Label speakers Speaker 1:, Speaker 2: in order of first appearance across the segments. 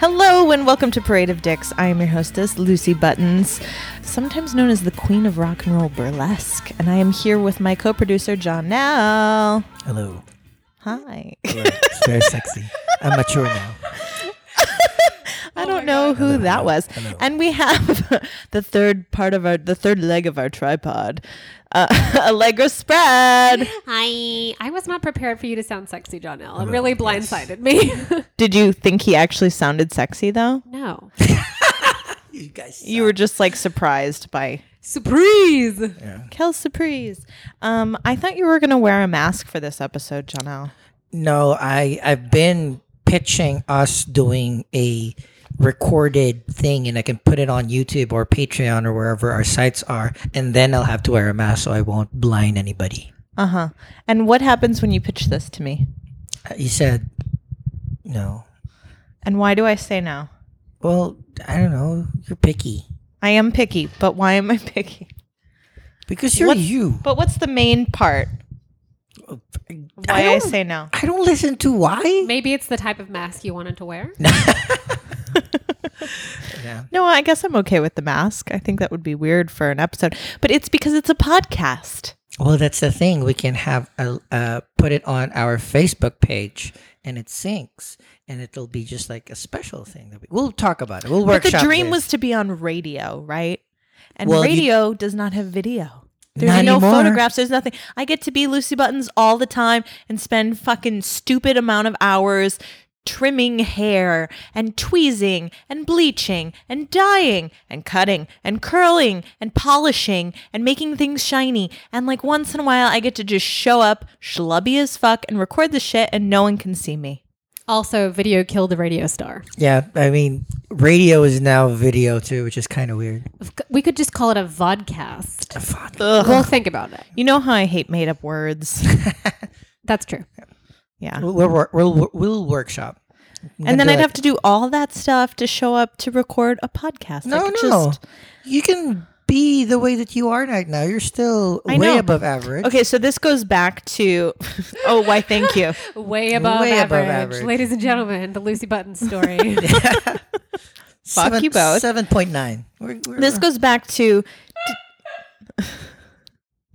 Speaker 1: Hello and welcome to Parade of Dicks. I am your hostess, Lucy Buttons, sometimes known as the Queen of Rock and Roll Burlesque, and I am here with my co-producer John Nell.
Speaker 2: Hello.
Speaker 1: Hi.
Speaker 2: Oh It's very sexy. I'm mature now.
Speaker 1: I don't know who
Speaker 2: Hello,
Speaker 1: that
Speaker 2: hello,
Speaker 1: was.
Speaker 2: hello.
Speaker 1: And we have the third part of our, the third leg of our tripod, uh, Allegra Spread.
Speaker 3: Hi. I was not prepared for you to sound sexy, John L. It really blindsided me.
Speaker 1: Did you think he actually sounded sexy though?
Speaker 3: no.
Speaker 2: You guys.
Speaker 1: You were just like surprised by
Speaker 3: Surprise.
Speaker 1: Kel surprise. Um, I thought you were gonna wear a mask for this episode, Janelle.
Speaker 2: No, I I've been pitching us doing a recorded thing, and I can put it on YouTube or Patreon or wherever our sites are, and then I'll have to wear a mask so I won't blind anybody.
Speaker 1: Uh huh. And what happens when you pitch this to me?
Speaker 2: Uh, You said no.
Speaker 1: And why do I say no?
Speaker 2: Well, I don't know. You're picky
Speaker 1: I am picky, but why am I picky?
Speaker 2: because you're
Speaker 1: What's-
Speaker 2: you.
Speaker 1: But what's the main part? Why I,
Speaker 2: don't-
Speaker 1: say no?
Speaker 2: I don't listen to why.
Speaker 3: Maybe it's the type of mask you wanted to wear.
Speaker 2: Yeah.
Speaker 1: No, I guess I'm okay with the mask. I think that would be weird for an episode, but it's because it's a podcast.
Speaker 2: Well, that's the thing. We can have a, uh, put it on our Facebook page, and it syncs, and it'll be just like a special thing that we, we'll talk about it. We'll
Speaker 1: But the
Speaker 2: workshop.
Speaker 1: dream
Speaker 2: this.
Speaker 1: was to be on radio, right? And
Speaker 2: Well, you-
Speaker 1: radio does not have video. There's
Speaker 2: Not
Speaker 1: no
Speaker 2: anymore.
Speaker 1: photographs. There's nothing. I get to be Lucy Buttons all the time and spend fucking stupid amount of hours trimming hair and tweezing and bleaching and dyeing and cutting and curling and polishing and making things shiny. And like once in a while, I get to just show up schlubby as fuck and record the shit and no one can see me.
Speaker 3: Also, video killed the radio star.
Speaker 2: yeah. I mean, radio is now video too, which is kind of weird.
Speaker 3: We could just call it a vodcast.
Speaker 1: Ugh.
Speaker 3: We'll think about it.
Speaker 1: You know how I hate made up words.
Speaker 3: That's true.
Speaker 1: Yeah.
Speaker 2: We'll, we'll, wor- we'll, we'll workshop.
Speaker 1: And then
Speaker 2: do
Speaker 1: I'd
Speaker 2: it.
Speaker 1: have to do all that stuff to show up to record a podcast. I
Speaker 2: No,
Speaker 1: could
Speaker 2: no.
Speaker 1: just-
Speaker 2: you can be the way that you are right now. You're still
Speaker 1: I
Speaker 2: way
Speaker 1: know.
Speaker 2: above average.
Speaker 1: okay, so this goes back to. oh, why? Thank you.
Speaker 3: Way above,
Speaker 2: Way above
Speaker 3: average.
Speaker 2: average.
Speaker 3: Ladies and gentlemen, the Lucy Button story.
Speaker 1: fuck you both.
Speaker 2: Seven point nine. We're, we're,
Speaker 1: This goes back to.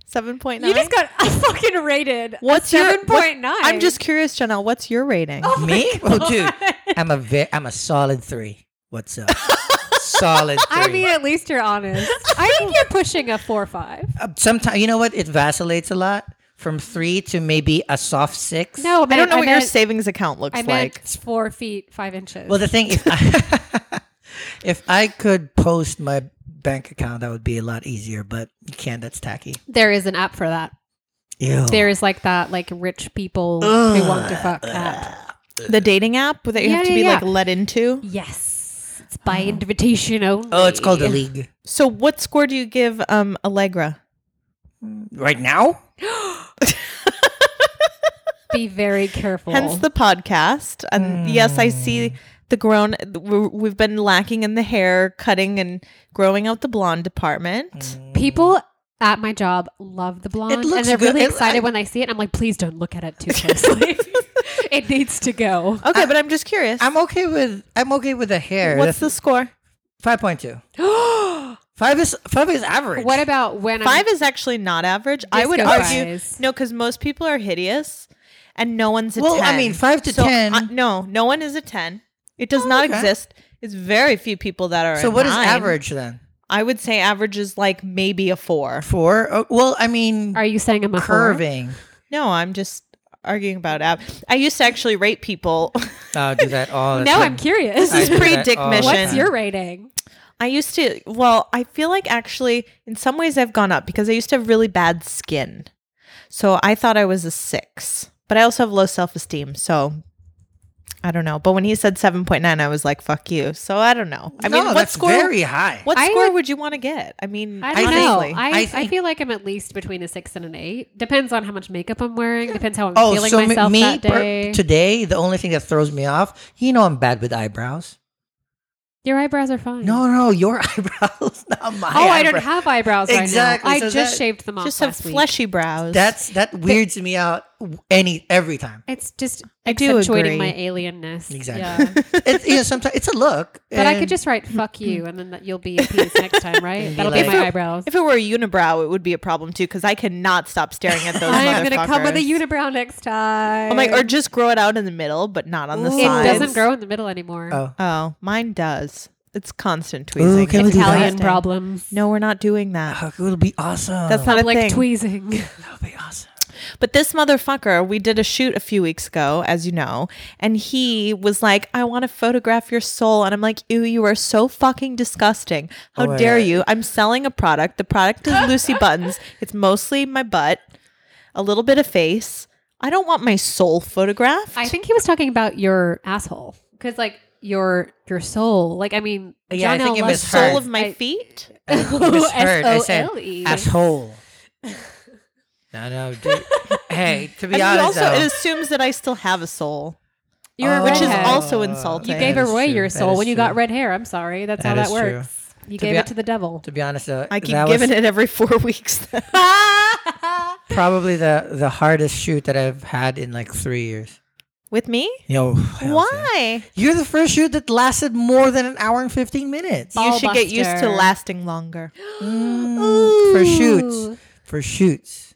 Speaker 1: Seven point nine.
Speaker 3: you just got fucking rated.
Speaker 1: what's your
Speaker 3: seven
Speaker 1: what-
Speaker 3: point nine?
Speaker 1: I'm just curious, Janelle. What's your rating?
Speaker 2: Me? Oh, dude, I'm a ve- I'm a solid three. What's up? solid three.
Speaker 3: I mean, at least you're honest. I think you're pushing a four five.
Speaker 2: sometimes Uh, you know what? It vacillates a lot from three to maybe a soft six.
Speaker 3: No,
Speaker 1: I don't know what your
Speaker 3: meant-
Speaker 1: savings account looks
Speaker 3: I meant
Speaker 1: like.
Speaker 3: four feet five inches.
Speaker 2: Well, the thing if I, if I could post my bank account, that would be a lot easier. But you can't. That's tacky.
Speaker 3: there is an app for that.
Speaker 2: Ew.
Speaker 3: There is like that, like rich people who want to fuck app.
Speaker 1: The dating app that you
Speaker 3: Yeah,
Speaker 1: have to
Speaker 3: yeah,
Speaker 1: be
Speaker 3: yeah.
Speaker 1: like let into.
Speaker 3: Yes, it's by invitation only.
Speaker 2: oh, it's called the league.
Speaker 1: So, what score do you give um Allegra?
Speaker 2: Right now,
Speaker 3: Be very careful.
Speaker 1: Hence the podcast. And yes, I
Speaker 2: Hmm.
Speaker 1: see the grown. we're- We've been lacking in the hair cutting and growing out the blonde department.
Speaker 2: Hmm.
Speaker 3: people at my job love the blonde,
Speaker 2: looks
Speaker 3: and they're
Speaker 2: good.
Speaker 3: really
Speaker 2: It-
Speaker 3: excited
Speaker 2: I-
Speaker 3: when they see it. I'm like, please don't look at it too closely. it needs to go.
Speaker 1: Okay, but I'm just curious.
Speaker 2: I'm okay with I'm okay with the hair.
Speaker 1: What's the score?
Speaker 2: five point two? Five is five is average.
Speaker 3: What about when
Speaker 1: Five
Speaker 3: I'm,
Speaker 1: is actually not average. I would
Speaker 3: Disco
Speaker 1: argue
Speaker 3: fries.
Speaker 1: no, because most people are hideous, and no one's a
Speaker 2: Well,
Speaker 1: ten.
Speaker 2: I mean, five to
Speaker 1: So,
Speaker 2: 10.
Speaker 1: uh, no, no one is a ten. It does not
Speaker 2: okay.
Speaker 1: exist. It's very few people that are.
Speaker 2: so
Speaker 1: a
Speaker 2: what is
Speaker 1: nine.
Speaker 2: average then?
Speaker 1: I would say average is like maybe a four.
Speaker 2: Four. Oh, well, I mean,
Speaker 3: Are you saying I'm a four?
Speaker 2: curving.
Speaker 1: No, I'm just arguing about ab. I used to actually rate people.
Speaker 2: I'll Oh, do that all the
Speaker 3: Now
Speaker 2: time.
Speaker 3: I'm curious.
Speaker 2: I do
Speaker 1: pretty
Speaker 2: that
Speaker 1: dick
Speaker 2: all the
Speaker 1: mission.
Speaker 3: What's
Speaker 2: time.
Speaker 3: your rating?
Speaker 1: I used to, well, I feel like actually in some ways I've gone up because I used to have really bad skin. So I thought I was a six, but I also have low self esteem. So I don't know. But when he said 7.9, I was like, fuck you. So I don't know. I mean,
Speaker 2: No,
Speaker 1: what
Speaker 2: that's
Speaker 1: score?
Speaker 2: Very high.
Speaker 1: what
Speaker 3: I
Speaker 1: score
Speaker 3: would-
Speaker 1: would you want to get? I mean,
Speaker 3: I don't know.
Speaker 1: honestly.
Speaker 3: I,
Speaker 2: I
Speaker 3: I,
Speaker 2: think-
Speaker 3: feel like I'm at least between a six and an eight. Depends on how much makeup I'm wearing. Depends how I'm
Speaker 2: Oh,
Speaker 3: feeling
Speaker 2: so me-
Speaker 3: myself
Speaker 2: me
Speaker 3: that
Speaker 2: per-
Speaker 3: day.
Speaker 2: today, the only thing that throws me off, you know, I'm bad with eyebrows.
Speaker 3: Your eyebrows are fine.
Speaker 2: No, no, your eyebrows, not my.
Speaker 3: oh, I don't
Speaker 2: eyebrows.
Speaker 3: have eyebrows
Speaker 2: Exactly,
Speaker 3: right now.
Speaker 2: so
Speaker 3: I just
Speaker 2: that-
Speaker 3: shaved them off.
Speaker 1: just have
Speaker 3: last week.
Speaker 1: fleshy brows.
Speaker 2: That's that weirds me out. any every time.
Speaker 3: It's just
Speaker 1: I do
Speaker 3: accentuating
Speaker 1: agree.
Speaker 3: my alienness.
Speaker 2: Exactly.
Speaker 3: Yeah.
Speaker 2: It's you know, sometimes it's a look.
Speaker 3: But I
Speaker 2: and-
Speaker 3: could just write "fuck you" and then that you'll be at peace next time, right?
Speaker 2: And be
Speaker 3: That'll be
Speaker 2: like-
Speaker 3: my eyebrows.
Speaker 1: If it were a unibrow, it would be a problem too, because I cannot stop staring at those.
Speaker 3: I'm gonna come with a
Speaker 1: motherfuckers.
Speaker 3: unibrow next time.
Speaker 1: I'm like, Oh or just grow it out in the middle, but not on the
Speaker 2: Ooh.
Speaker 3: it
Speaker 1: sides.
Speaker 3: doesn't grow in the middle anymore.
Speaker 2: Oh.
Speaker 1: Oh, mine does. It's constant tweezing.
Speaker 2: Ooh, can we
Speaker 1: It's disgusting.
Speaker 2: do that?
Speaker 3: Italian problems.
Speaker 1: No, we're not doing that.
Speaker 2: Oh, it would be awesome.
Speaker 1: That's not a
Speaker 3: like
Speaker 1: thing.
Speaker 3: tweezing.
Speaker 2: that would be awesome.
Speaker 1: But this motherfucker, we did a shoot a few weeks ago, as you know, and he was like, I want to photograph your soul. And I'm like, ew, you are so fucking disgusting. How
Speaker 2: Oh my
Speaker 1: dare
Speaker 2: God.
Speaker 1: you? I'm selling a product. The product is Lucy Buttons. It's mostly my butt, a little bit of face. I don't want my soul photographed.
Speaker 3: I think he was talking about your asshole because, like, your your soul. Like, I mean,
Speaker 2: Yeah, I
Speaker 3: John
Speaker 2: think
Speaker 3: L.
Speaker 2: it was
Speaker 3: Lester-
Speaker 1: soul of my
Speaker 3: I-
Speaker 1: feet.
Speaker 2: misheard. I said
Speaker 3: O-S-O-L-E.
Speaker 2: Asshole. no, no. Dude. hey, to be
Speaker 1: And he
Speaker 2: honest,
Speaker 1: also
Speaker 2: though,
Speaker 1: it assumes that I still have a soul.
Speaker 3: You're a
Speaker 2: Oh,
Speaker 1: Which is
Speaker 3: redhead.
Speaker 1: also insulting.
Speaker 3: you
Speaker 1: That
Speaker 3: gave
Speaker 2: is
Speaker 3: away
Speaker 2: true.
Speaker 3: your
Speaker 2: That
Speaker 3: soul
Speaker 2: is
Speaker 3: when you got
Speaker 2: true.
Speaker 3: red hair. I'm sorry, that's
Speaker 2: That
Speaker 3: how
Speaker 2: is
Speaker 3: that
Speaker 2: true.
Speaker 3: works. You
Speaker 2: To
Speaker 3: gave
Speaker 2: be
Speaker 3: it to the devil.
Speaker 2: To be honest, though,
Speaker 1: I keep
Speaker 2: that
Speaker 1: giving
Speaker 2: was
Speaker 1: it every four weeks.
Speaker 2: probably the the hardest shoot that I've had in like three years.
Speaker 1: With me?
Speaker 2: Yo,
Speaker 1: Why?
Speaker 2: You're the first shoot that lasted more than an hour and fifteen minutes
Speaker 1: you should get used to
Speaker 3: Ballbuster.
Speaker 1: lasting longer.
Speaker 2: Mm, for shoots. For shoots.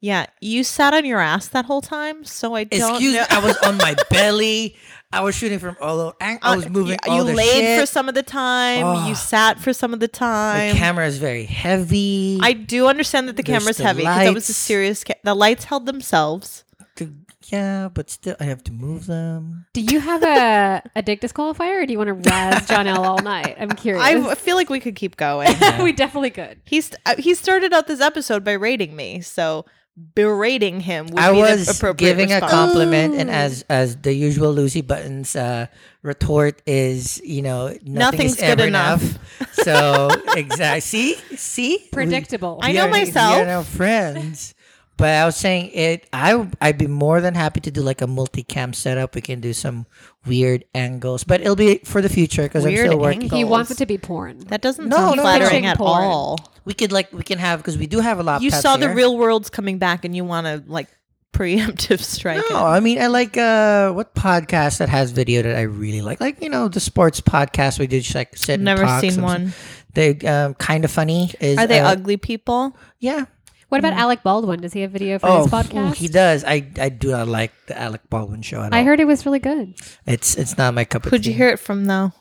Speaker 1: Yeah, you sat on your ass that whole time, so I don't.
Speaker 2: Excuse me.
Speaker 1: know-
Speaker 2: I was on my belly. I was shooting from all over. and I was moving.
Speaker 1: You,
Speaker 2: all
Speaker 1: Uh, you
Speaker 2: the
Speaker 1: laid
Speaker 2: shit.
Speaker 1: for some of the time. You
Speaker 2: Ugh.
Speaker 1: sat for some of the
Speaker 2: The
Speaker 1: time.
Speaker 2: camera is very heavy.
Speaker 1: I do understand that the
Speaker 2: There's
Speaker 1: camera's
Speaker 2: the
Speaker 1: heavy because it was a
Speaker 2: lights.
Speaker 1: serious. Ca- the lights held themselves.
Speaker 2: To- yeah, but still, I have to move them.
Speaker 3: Do you have a, a dick disqualifier or do you want to razz John L all night? I'm curious.
Speaker 1: I w- feel like we could keep going.
Speaker 3: we definitely could.
Speaker 1: He's uh, he started out this episode by rating me, so berating him would
Speaker 2: I
Speaker 1: be the
Speaker 2: was
Speaker 1: appropriate
Speaker 2: giving a
Speaker 1: response.
Speaker 2: compliment, and as as the usual Lucy Buttons uh, retort is, you know, nothing
Speaker 1: Nothing's
Speaker 2: is
Speaker 1: good
Speaker 2: ever
Speaker 1: enough.
Speaker 2: so exactly. See, see, We-
Speaker 3: Predictable.
Speaker 1: I know
Speaker 2: we are-
Speaker 1: myself.
Speaker 2: We are now friends. But I was saying it. I I'd be more than happy to do like a multi-cam setup. We can do some weird angles, but it'll be for the future because I'm
Speaker 1: Weird
Speaker 2: still working.
Speaker 1: angles.
Speaker 3: he wants it to be porn.
Speaker 1: that doesn't
Speaker 2: No,
Speaker 1: sound
Speaker 2: no,
Speaker 1: flattering
Speaker 3: no.
Speaker 1: at
Speaker 3: Porn.
Speaker 1: all.
Speaker 2: We could like we can have because we do have a laptop.
Speaker 1: you saw the
Speaker 2: here.
Speaker 1: real world's coming back and you want to like preemptive strike
Speaker 2: No, I mean I like uh what podcast that has video that I really like. Like you know the sports podcast we did. Just like sit
Speaker 1: it.
Speaker 2: and
Speaker 1: Never
Speaker 2: talk
Speaker 1: seen
Speaker 2: some-
Speaker 1: one.
Speaker 2: They um, kind of funny. Is
Speaker 1: Are they
Speaker 2: uh,
Speaker 1: ugly people?
Speaker 2: Yeah.
Speaker 3: what about Alec Baldwin? Does he have video for
Speaker 2: Mm. Oh,
Speaker 3: his podcast?
Speaker 2: he does. I I do not like the Alec Baldwin show at all.
Speaker 3: I heard it was really good.
Speaker 2: it's it's not my cup of
Speaker 1: Who'd
Speaker 2: tea.
Speaker 1: you hear it from though?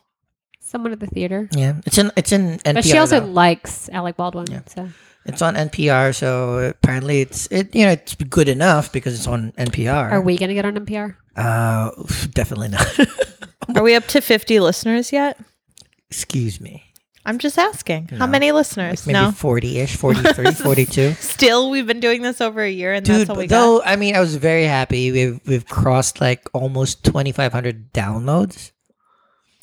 Speaker 3: Someone at the theater.
Speaker 2: Yeah, it's in it's in NPR.
Speaker 3: But she also
Speaker 2: though.
Speaker 3: likes Alec Baldwin. So
Speaker 2: it's on NPR, so apparently it's it you know it's good enough because it's on NPR.
Speaker 3: are we going to get on NPR?
Speaker 2: Uh, definitely not.
Speaker 1: Are we up to 50 listeners yet?
Speaker 2: Excuse me.
Speaker 1: I'm just asking. How
Speaker 2: No.
Speaker 1: many listeners?
Speaker 2: Maybe
Speaker 1: no.
Speaker 2: 40-ish, 43, 42.
Speaker 1: Still, we've been doing this over a year and
Speaker 2: Dude,
Speaker 1: that's all we
Speaker 2: though
Speaker 1: got.
Speaker 2: I mean, I was very happy. We've we've crossed like almost twenty five hundred downloads,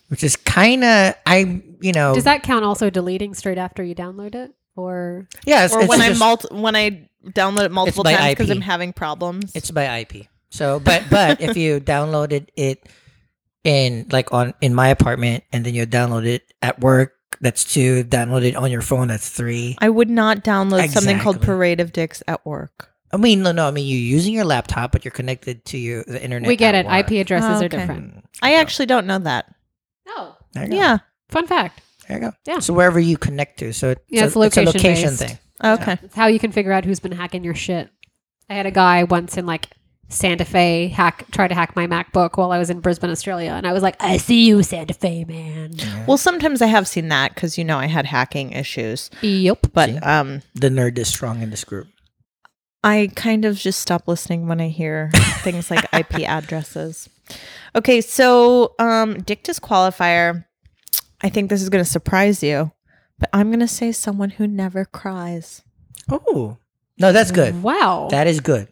Speaker 2: which is kind of I you know
Speaker 3: Does that count also deleting straight after you download it? Or
Speaker 2: yeah. It's,
Speaker 1: Or
Speaker 2: it's
Speaker 1: when I
Speaker 2: just-
Speaker 1: multi- when I download it multiple
Speaker 2: by
Speaker 1: times because
Speaker 2: IP.
Speaker 1: I'm having problems.
Speaker 2: It's by IP. So, but but if you downloaded it in like on in my apartment, and then you download it at work, that's two. Download it on your phone, that's three.
Speaker 1: I would not download something called
Speaker 2: Exactly.
Speaker 1: Parade of Dicks at work.
Speaker 2: I mean, no, no. I mean, you're using your laptop, but you're connected to your the internet.
Speaker 3: we get
Speaker 2: at
Speaker 3: it.
Speaker 2: work.
Speaker 3: IP addresses
Speaker 1: Oh,
Speaker 3: are
Speaker 1: okay.
Speaker 2: Hmm.
Speaker 3: different.
Speaker 1: I actually don't know that.
Speaker 3: Oh,
Speaker 2: There you go.
Speaker 1: Yeah.
Speaker 3: fun fact.
Speaker 2: There you go.
Speaker 3: Yeah.
Speaker 2: So wherever you connect to, so it-
Speaker 3: Yeah,
Speaker 2: so it's
Speaker 3: it's
Speaker 2: a location
Speaker 3: location-based.
Speaker 2: thing.
Speaker 1: Okay.
Speaker 3: It's how you can figure out who's been hacking your shit. I had a guy once in like Santa Fe hack try to hack my MacBook while I was in Brisbane, Australia, and I was like, "I see you, Santa Fe man."
Speaker 1: Well, sometimes I have seen that because you know I had hacking issues,
Speaker 3: Yep.
Speaker 1: but
Speaker 2: See?
Speaker 1: um,
Speaker 2: The nerd is strong in this group.
Speaker 1: I kind of just stop listening when I hear things like IP addresses. Okay, so um, dick disqualifier. I think this is going to surprise you, but I'm going to say someone who never cries.
Speaker 2: Oh no, that's good.
Speaker 3: Wow.
Speaker 2: That is good.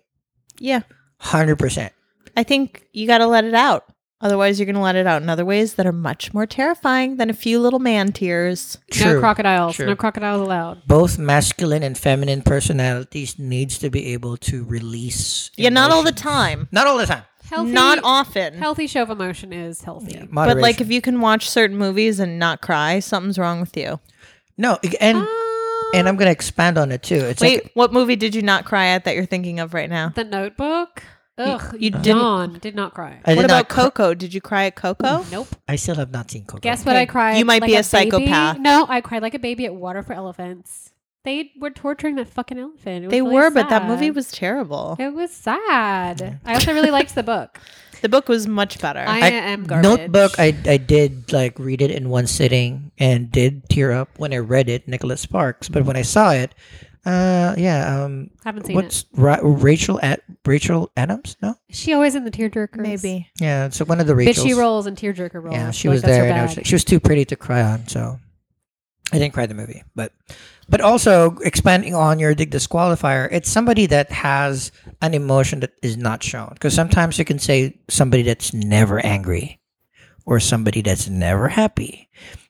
Speaker 1: Yeah,
Speaker 2: Hundred percent.
Speaker 1: I think you got to let it out. Otherwise, you're going to let it out in other ways that are much more terrifying than a few little man tears.
Speaker 3: no
Speaker 2: True.
Speaker 3: crocodiles.
Speaker 2: True.
Speaker 3: No crocodiles allowed.
Speaker 2: both masculine and feminine personalities needs to be able to release
Speaker 1: Yeah, not all the
Speaker 2: emotions.
Speaker 1: time.
Speaker 2: not all the time
Speaker 3: Healthy,
Speaker 1: not often.
Speaker 3: Healthy show of emotion is healthy.
Speaker 1: But
Speaker 2: Moderation.
Speaker 3: Ah.
Speaker 1: like, if you can watch certain movies and not cry, something's wrong with you.
Speaker 2: no and and I'm gonna expand on it too. It's
Speaker 1: Wait,
Speaker 2: like
Speaker 1: what movie did you not cry at that you're thinking of right now?
Speaker 3: The Notebook. Ugh,
Speaker 1: you
Speaker 3: you
Speaker 1: didn't-
Speaker 3: Dawn did not cry.
Speaker 2: I did
Speaker 1: What about
Speaker 2: not cr-
Speaker 1: Coco? Did you cry at Coco?
Speaker 3: Nope.
Speaker 2: I still have not seen Coco.
Speaker 3: Guess what? I cried.
Speaker 1: You might
Speaker 3: like
Speaker 1: be a
Speaker 3: baby.
Speaker 1: psychopath.
Speaker 3: No, I cried like a baby at Water for Elephants. They were torturing that fucking elephant. It was
Speaker 1: They
Speaker 3: really
Speaker 1: were, but that movie
Speaker 3: sad.
Speaker 1: was terrible.
Speaker 3: It was sad. I also really liked the book.
Speaker 1: The book was much better.
Speaker 3: I,
Speaker 2: I-
Speaker 3: am garbage.
Speaker 2: Notebook. I I did like read it in one sitting and did tear up when I read it. Nicholas Sparks, but when I saw it, uh, yeah, um,
Speaker 3: haven't seen
Speaker 2: what's Ra- Rachel at Rachel Adams? No,
Speaker 3: it. She always in the tearjerker.
Speaker 1: Maybe.
Speaker 2: yeah, so one of the
Speaker 3: Bitchy
Speaker 2: Rachels.
Speaker 3: rolls and tearjerker rolls.
Speaker 2: Yeah,
Speaker 3: I
Speaker 2: she
Speaker 3: feel like
Speaker 2: was
Speaker 3: that's her
Speaker 2: there, and I was
Speaker 3: bag.
Speaker 2: like, she was too pretty to cry on, so I didn't cry at the movie. But but also expanding on your dig disqualifier, it's somebody that has an emotion that is not shown because sometimes you can say somebody that's never angry, or somebody that's never happy,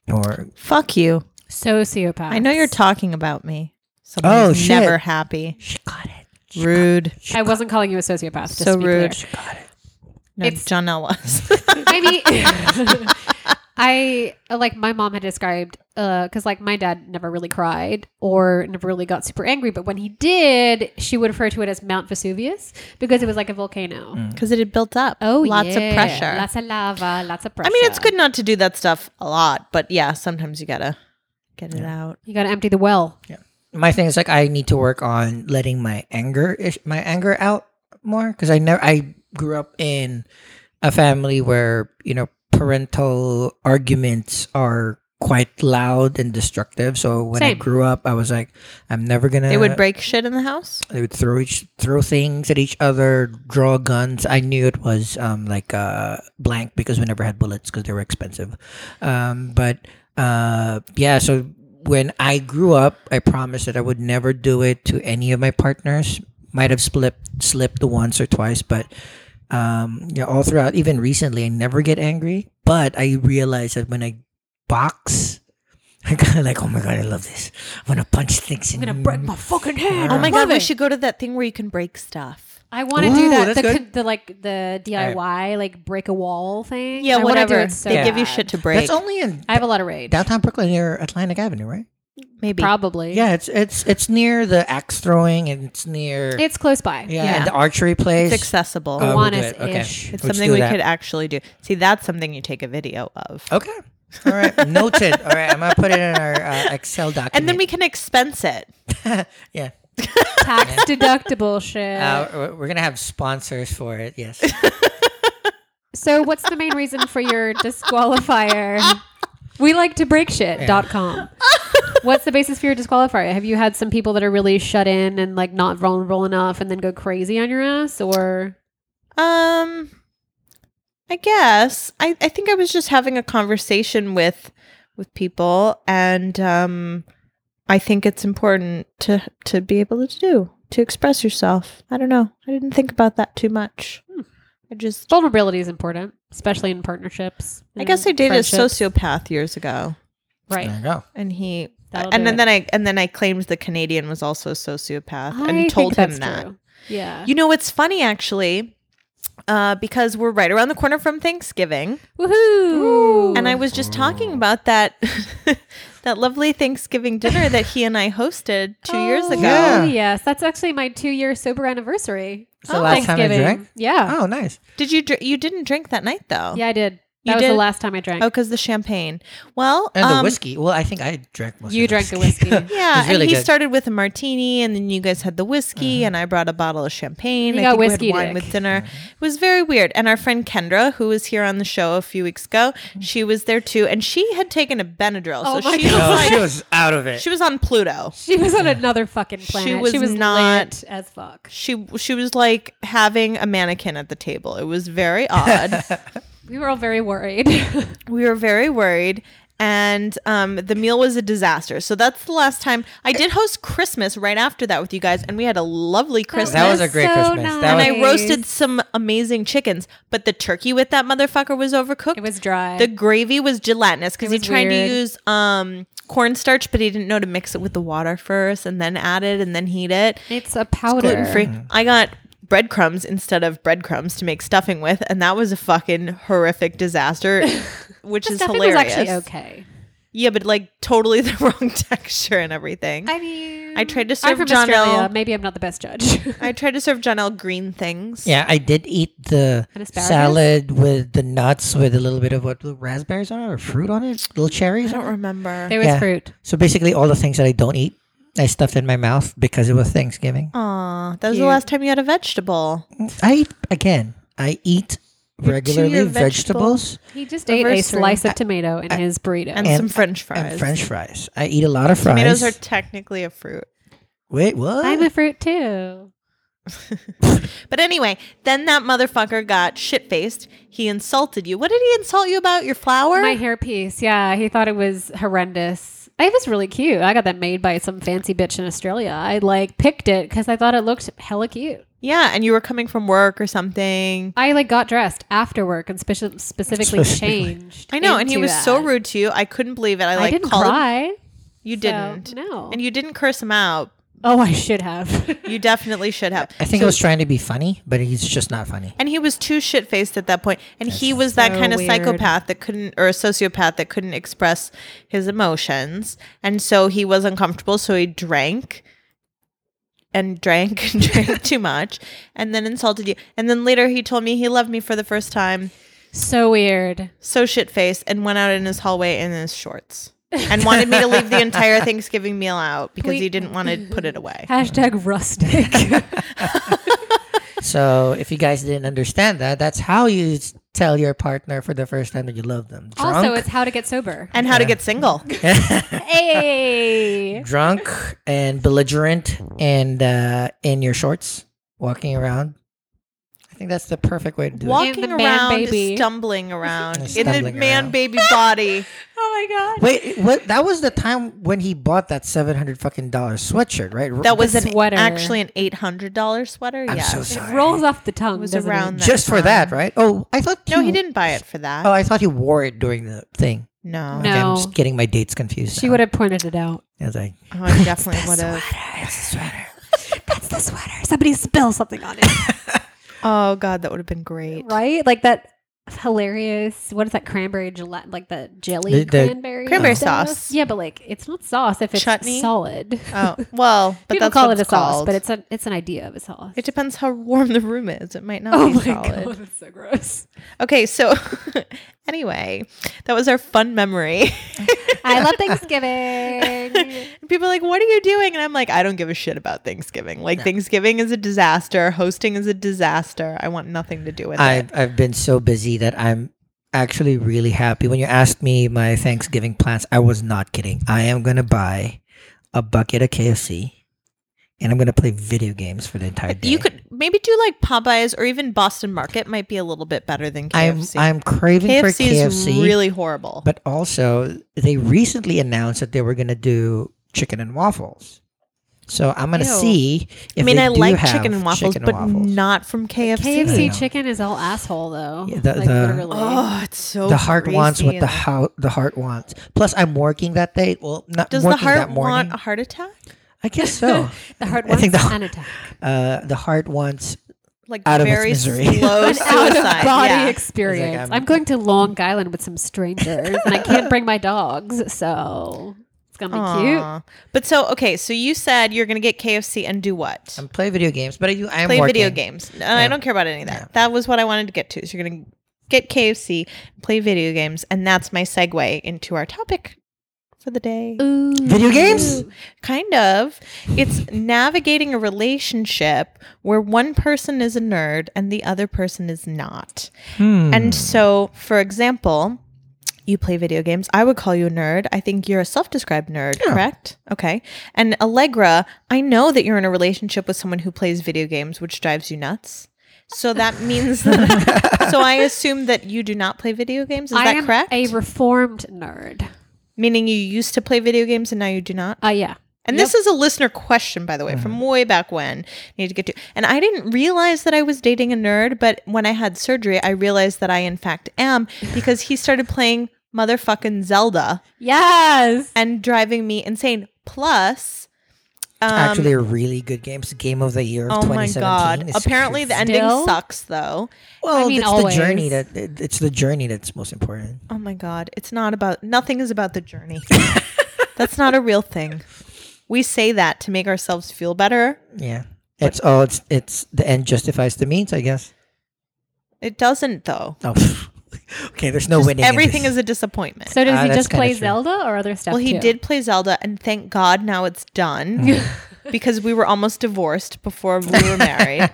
Speaker 2: or
Speaker 1: Fuck you.
Speaker 3: Sociopath.
Speaker 1: I know you're talking about me.
Speaker 2: Oh,
Speaker 1: Somebody's
Speaker 2: shit.
Speaker 1: never happy.
Speaker 2: she got it.
Speaker 1: Rude.
Speaker 3: I wasn't calling you a sociopath. Just
Speaker 1: So
Speaker 3: to be clear.
Speaker 1: rude.
Speaker 2: She got it.
Speaker 1: No,
Speaker 3: It's-
Speaker 1: John L. was.
Speaker 3: maybe I like my mom had described because like my dad never really cried or never really got super angry, but when he did, she would refer to it as Mount Vesuvius because it was like a volcano.
Speaker 1: Because it had built up.
Speaker 3: Oh,
Speaker 1: lots
Speaker 3: yeah.
Speaker 1: of pressure.
Speaker 3: lots of lava, lots of pressure.
Speaker 1: I mean, it's good not to do that stuff a lot, but yeah, sometimes you gotta get it out.
Speaker 3: You got to empty the well.
Speaker 2: my thing is like I need to work on letting my anger ish, my anger out more because I never I grew up in a family where you know parental arguments are quite loud and destructive. So when I
Speaker 3: Same.
Speaker 2: grew up, I was like, I'm never gonna.
Speaker 1: They would break shit in the house.
Speaker 2: They would throw each throw things at each other, draw guns. I knew it was um like uh blank because we never had bullets because they were expensive. Um, but uh yeah, so when I grew up, I promised that I would never do it to any of my partners. Might have slipped slipped once or twice, but um you know, all throughout, even recently, I never get angry. But I realized that when I box. I kind of like, oh my god, I love this. I'm gonna punch things.
Speaker 3: I'm gonna break my fucking head.
Speaker 1: Oh my
Speaker 3: Love
Speaker 1: god, we
Speaker 3: it.
Speaker 1: should go to that thing where you can break stuff.
Speaker 3: I want to
Speaker 2: Ooh,
Speaker 3: do that.
Speaker 2: that's
Speaker 3: The,
Speaker 2: good.
Speaker 3: con- the like the DIY like break a wall thing.
Speaker 1: Yeah,
Speaker 3: I wanna
Speaker 1: whatever.
Speaker 3: Do it so
Speaker 1: they give you
Speaker 3: bad.
Speaker 1: shit to break.
Speaker 2: That's only in
Speaker 3: I have a lot of rage.
Speaker 2: downtown Brooklyn near Atlantic Avenue, right?
Speaker 1: Maybe.
Speaker 3: Probably.
Speaker 2: Yeah, it's it's it's near the axe throwing and it's near
Speaker 3: It's close by.
Speaker 2: yeah,
Speaker 1: yeah.
Speaker 2: and the archery place.
Speaker 1: It's accessible.
Speaker 2: Oh, we'll do it.
Speaker 3: Gowanus-ish.
Speaker 1: it's
Speaker 2: Let's
Speaker 1: something
Speaker 2: do
Speaker 1: we
Speaker 2: that.
Speaker 1: could actually do. See, that's something you take a video of.
Speaker 2: Okay. All right. Noted. All right. I'm gonna put it in our uh, Excel document.
Speaker 1: And then we can expense it.
Speaker 2: yeah.
Speaker 3: Tax deductible shit.
Speaker 2: Uh, we're- we're gonna have sponsors for it. Yes.
Speaker 3: So, what's the main reason for your disqualifier? We like to break shit.com. What's the basis for your disqualifier? Have you had some people that are really shut in and like not vulnerable enough and then go crazy on your ass? Or
Speaker 1: Um, I guess I, I think I was just having a conversation with with people, and um, I think it's important to to be able to do to express yourself. I don't know. I didn't think about that too much.
Speaker 3: Hmm.
Speaker 1: I just
Speaker 3: vulnerability is important, especially in partnerships.
Speaker 1: I guess I
Speaker 3: and
Speaker 1: dated a
Speaker 3: friendships.
Speaker 1: sociopath years ago,
Speaker 3: Right.
Speaker 2: There you go.
Speaker 1: and he.
Speaker 3: That'll do
Speaker 1: and then,
Speaker 3: it.
Speaker 1: then I and then I claimed the Canadian was also a sociopath and
Speaker 3: I
Speaker 1: told
Speaker 3: think
Speaker 1: him
Speaker 3: that's
Speaker 1: that.
Speaker 3: true. Yeah.
Speaker 1: You know, it's funny actually, uh, because we're right around the corner from Thanksgiving.
Speaker 3: Woohoo.
Speaker 1: And I was just talking about that that lovely Thanksgiving dinner that he and I hosted two years ago.
Speaker 2: Yeah.
Speaker 3: Oh, yes. That's actually my two year sober anniversary. Oh,
Speaker 2: It's the last time I
Speaker 3: Thanksgiving.
Speaker 2: drank.
Speaker 3: Yeah.
Speaker 1: Uh,
Speaker 2: Oh, nice.
Speaker 1: Did you dr- you didn't drink that night though?
Speaker 3: Yeah, I did. That
Speaker 1: Oh. You
Speaker 3: was
Speaker 1: did?
Speaker 3: the last time I drank.
Speaker 1: Oh, because the champagne. Well,
Speaker 2: And the
Speaker 1: um,
Speaker 2: whiskey. Well, I think I drank most.
Speaker 3: You
Speaker 2: of the
Speaker 3: drank the whiskey.
Speaker 2: It
Speaker 1: Yeah,
Speaker 2: was really
Speaker 1: and he
Speaker 2: good.
Speaker 1: started with a martini, and then you guys had the whiskey, and I brought a bottle of champagne.
Speaker 3: Mm-hmm. You
Speaker 1: I think
Speaker 3: got
Speaker 1: we had
Speaker 3: whiskey
Speaker 1: wine
Speaker 3: dick. Mm-hmm.
Speaker 1: with dinner. It was very weird. And our friend Kendra, who was here on the show a few weeks ago, she was there too, and she had taken a Benadryl,
Speaker 3: Mm-hmm. Oh
Speaker 1: so
Speaker 3: my
Speaker 1: she was
Speaker 3: God.
Speaker 1: like,
Speaker 2: she was out of it.
Speaker 1: she was on Pluto.
Speaker 3: She was on another fucking planet. She was,
Speaker 1: was not-
Speaker 3: lit as fuck.
Speaker 1: She she was like having a mannequin at the table. It was very odd.
Speaker 3: We were all very worried.
Speaker 1: we were very worried, and um, the meal was a disaster. So that's the last time I did host Christmas right after that with you guys, and we had a lovely Christmas.
Speaker 2: That was a great Christmas. That
Speaker 1: and
Speaker 2: was-
Speaker 1: I roasted some amazing chickens, but the turkey with that motherfucker was overcooked.
Speaker 3: It was dry.
Speaker 1: the gravy was gelatinous because he
Speaker 3: was
Speaker 1: tried
Speaker 3: weird.
Speaker 1: to use um, cornstarch, but he didn't know to mix it with the water first, and then add it, and then heat it.
Speaker 3: it's a powder.
Speaker 1: gluten free. I got breadcrumbs instead of breadcrumbs to make stuffing with, and that was a fucking horrific disaster, which
Speaker 3: The
Speaker 1: is
Speaker 3: stuffing
Speaker 1: hilarious.
Speaker 3: was actually okay.
Speaker 1: Yeah, but like totally the wrong texture and everything.
Speaker 3: I mean,
Speaker 1: I tried to
Speaker 3: I'm
Speaker 1: serve
Speaker 3: from
Speaker 1: John
Speaker 3: Australia.
Speaker 1: L.
Speaker 3: Maybe I'm not the best judge.
Speaker 1: I tried to serve John L. green things.
Speaker 2: Yeah, I did eat the
Speaker 3: An asparagus?
Speaker 2: salad with the nuts with a little bit of what little raspberries on it or fruit on it, little
Speaker 1: I
Speaker 2: cherries.
Speaker 1: don't remember.
Speaker 3: there was
Speaker 2: Yeah.
Speaker 3: fruit.
Speaker 2: So basically, all the things that I don't eat, I stuffed in my mouth because it was Thanksgiving.
Speaker 1: Aw, that was the
Speaker 3: Cute.
Speaker 1: last time you had a vegetable.
Speaker 2: I eat again. I eat
Speaker 1: your
Speaker 2: regularly
Speaker 1: vegetable
Speaker 2: vegetables
Speaker 3: He just
Speaker 1: The
Speaker 3: ate a
Speaker 1: verse fruit.
Speaker 3: slice of tomato in his burrito.
Speaker 1: And,
Speaker 2: And-
Speaker 1: some French fries.
Speaker 2: and French fries. I eat a lot of fries.
Speaker 1: Tomatoes are technically a fruit.
Speaker 2: Wait, what?
Speaker 3: I'm a fruit too.
Speaker 1: But anyway, then that motherfucker got shit faced. He insulted you. What did he insult you about? Your flower?
Speaker 3: My hairpiece. Yeah, he thought it was horrendous. It was really cute. I got that made by some fancy bitch in Australia. I like picked it because I thought it looked hella cute.
Speaker 1: yeah, and you were coming from work or something.
Speaker 3: I like got dressed after work and speci-
Speaker 2: Specifically.
Speaker 3: specifically changed.
Speaker 1: I know, and he
Speaker 3: into
Speaker 1: was so
Speaker 3: that.
Speaker 1: rude to you. I couldn't believe it. I like
Speaker 3: I didn't
Speaker 1: called him-
Speaker 3: cry.
Speaker 1: You
Speaker 3: so,
Speaker 1: didn't.
Speaker 3: no.
Speaker 1: And you didn't curse him out.
Speaker 3: Oh, I should have.
Speaker 1: You definitely should have.
Speaker 2: I think I was trying to be funny, but he's just not funny.
Speaker 1: And he was too shit faced at that point. And he was that
Speaker 3: so
Speaker 1: kind of
Speaker 3: weird.
Speaker 1: psychopath that couldn't, or a sociopath that couldn't express his emotions. And so he was uncomfortable. So he drank and drank and drank too much and then insulted you. And then later he told me he loved me for the first time.
Speaker 3: so weird.
Speaker 1: So shit faced and went out in his hallway in his shorts and wanted me to leave the entire Thanksgiving meal out because
Speaker 3: We-
Speaker 1: he didn't want to put it away.
Speaker 3: Hashtag rustic.
Speaker 2: So if you guys didn't understand that, that's how you s- tell your partner for the first time that you love them. Drunk,
Speaker 3: also, it's how to get sober.
Speaker 1: And how to get single.
Speaker 3: hey.
Speaker 2: drunk and belligerent and uh, in your shorts, walking around. I think that's the perfect way to do it.
Speaker 1: Walking
Speaker 3: the man
Speaker 1: around,
Speaker 3: baby.
Speaker 1: stumbling around
Speaker 2: And
Speaker 1: in the
Speaker 2: stumbling
Speaker 1: man
Speaker 2: around.
Speaker 1: baby body.
Speaker 3: Oh my god.
Speaker 2: Wait, what? That was the time when he bought that seven hundred fucking dollar sweatshirt, right? R-
Speaker 1: That was
Speaker 3: The
Speaker 1: an,
Speaker 3: sweater.
Speaker 1: actually an eight hundred dollar sweater.
Speaker 2: I'm
Speaker 1: yes.
Speaker 2: so sorry.
Speaker 3: It rolls off the tongue.
Speaker 1: It was
Speaker 3: doesn't
Speaker 1: around
Speaker 3: it?
Speaker 1: that
Speaker 2: just for
Speaker 1: time.
Speaker 2: that, right? Oh, I thought
Speaker 1: No, he didn't buy it for that.
Speaker 2: Oh, I thought he wore it during the thing.
Speaker 1: no.
Speaker 3: No.
Speaker 2: Okay, I'm just getting my dates confused.
Speaker 3: She would have pointed it out.
Speaker 2: I was like,
Speaker 1: Oh, I definitely would have.
Speaker 2: it's a sweater.
Speaker 3: That's the sweater. Somebody spill something on it.
Speaker 1: Oh God, that would have been great.
Speaker 3: right? Like that hilarious what is that cranberry gelatin like the
Speaker 2: The-
Speaker 3: jelly
Speaker 2: the
Speaker 3: cranberry
Speaker 1: cranberry
Speaker 3: stuff?
Speaker 1: sauce.
Speaker 3: Yeah, but like it's not sauce if it's
Speaker 1: Chutney?
Speaker 3: solid.
Speaker 1: Oh well, but
Speaker 3: People
Speaker 1: that's
Speaker 3: call
Speaker 1: what
Speaker 3: it a
Speaker 1: it's
Speaker 3: sauce,
Speaker 1: called.
Speaker 3: but it's a it's an idea of a sauce.
Speaker 1: It depends how warm the room is. It might not
Speaker 3: oh
Speaker 1: be
Speaker 3: my
Speaker 1: solid.
Speaker 3: god, that's so gross.
Speaker 1: Okay, so anyway, that was our fun memory.
Speaker 3: I love Thanksgiving.
Speaker 1: People are like, what are you doing? And I'm like, I don't give a shit about Thanksgiving. Like, Thanksgiving is a disaster. Hosting is a disaster. I want nothing to do with
Speaker 2: I've,
Speaker 1: it.
Speaker 2: I've been so busy that I'm actually really happy. When you asked me my Thanksgiving plans, I was not kidding. I am going to buy a bucket of KFC and I'm going to play video games for the entire day.
Speaker 1: You could maybe do like Popeyes or even Boston Market might be a little bit better than
Speaker 2: I'm,
Speaker 1: KFC.
Speaker 2: I'm craving for
Speaker 1: KFC is
Speaker 2: KFC.
Speaker 1: really horrible.
Speaker 2: but also, they recently announced that they were going to do chicken and waffles. So I'm going to
Speaker 1: Ew.
Speaker 2: see if
Speaker 1: I mean,
Speaker 2: they
Speaker 1: I
Speaker 2: do
Speaker 1: like
Speaker 2: have
Speaker 1: chicken and waffles,
Speaker 2: chicken
Speaker 1: but
Speaker 2: and waffles.
Speaker 1: not from KFC.
Speaker 3: KFC
Speaker 2: Yeah.
Speaker 3: chicken is all asshole though.
Speaker 2: Yeah, the-
Speaker 3: like
Speaker 2: the-
Speaker 3: literally.
Speaker 1: Oh, it's so
Speaker 2: the heart wants
Speaker 1: greasy
Speaker 2: what the
Speaker 1: and-
Speaker 2: how the heart wants. Plus, I'm working that day. Well, not
Speaker 1: Does the
Speaker 2: working that
Speaker 1: heart
Speaker 2: morning.
Speaker 1: want a heart attack?
Speaker 2: I guess so.
Speaker 3: the heart
Speaker 2: I
Speaker 3: wants
Speaker 2: think the-
Speaker 3: an attack.
Speaker 2: uh, the heart wants.
Speaker 1: Like
Speaker 2: Out of its
Speaker 1: very
Speaker 2: misery.
Speaker 1: slow
Speaker 3: an out of
Speaker 1: suicide.
Speaker 3: body
Speaker 1: yeah.
Speaker 3: experience.
Speaker 2: I'm-
Speaker 3: I'm, going to Long Island with some strangers, and I can't bring my dogs, so it's gonna be cute.
Speaker 1: Aw. But so okay, so you said you're gonna get KFC and do what?
Speaker 2: I'm um, play video games, but I, you- I am
Speaker 1: Play
Speaker 2: working.
Speaker 1: video games. No, I don't care about any of that. That was what I wanted to get to. So you're gonna get KFC, play video games, and that's my segue into our topic for the day.
Speaker 3: Ooh.
Speaker 2: Video games?
Speaker 1: Kind of. It's navigating a relationship where one person is a nerd and the other person is not. And so, for example, you play video games. I would call you a nerd. I think you're a self described nerd, correct? Okay. And Allegra, I know that you're in a relationship with someone who plays video games, which drives you nuts. So that means that. so I assume that you do not play video games. Is
Speaker 3: I
Speaker 1: that
Speaker 3: am
Speaker 1: correct?
Speaker 3: a reformed nerd.
Speaker 1: Meaning you used to play video games and now you do not?
Speaker 3: Uh, yeah.
Speaker 1: And this is a listener question, by the way, from way back when. Need to get to. And I didn't realize that I was dating a nerd, but when I had surgery, I realized that I in fact am because he started playing motherfucking Zelda
Speaker 3: Yes.
Speaker 1: and driving me insane. Plus, um,
Speaker 2: Actually, a really good game. It's game of the year of
Speaker 1: Oh my
Speaker 2: 2017.
Speaker 1: god!
Speaker 2: It's-
Speaker 1: Apparently, the ending
Speaker 3: Still?
Speaker 1: sucks though.
Speaker 2: well,
Speaker 3: I mean,
Speaker 2: it's
Speaker 3: always.
Speaker 2: the journey that it- it's the journey that's most important.
Speaker 1: Oh my god! It's not about nothing is about the journey. That's not a real thing. We say that to make ourselves feel better.
Speaker 2: Yeah, it's all. It's it's the end justifies the means, I guess.
Speaker 1: It doesn't though.
Speaker 2: Oh, okay. There's no
Speaker 1: Just
Speaker 2: winning. in
Speaker 1: everything
Speaker 2: this.
Speaker 1: is a disappointment.
Speaker 3: So does
Speaker 2: Ah,
Speaker 3: he
Speaker 2: that's
Speaker 3: just play
Speaker 2: kinda true.
Speaker 3: Zelda or other stuff?
Speaker 1: well, he
Speaker 3: too?
Speaker 1: did play Zelda, and thank God now it's done because we were almost divorced before we were married.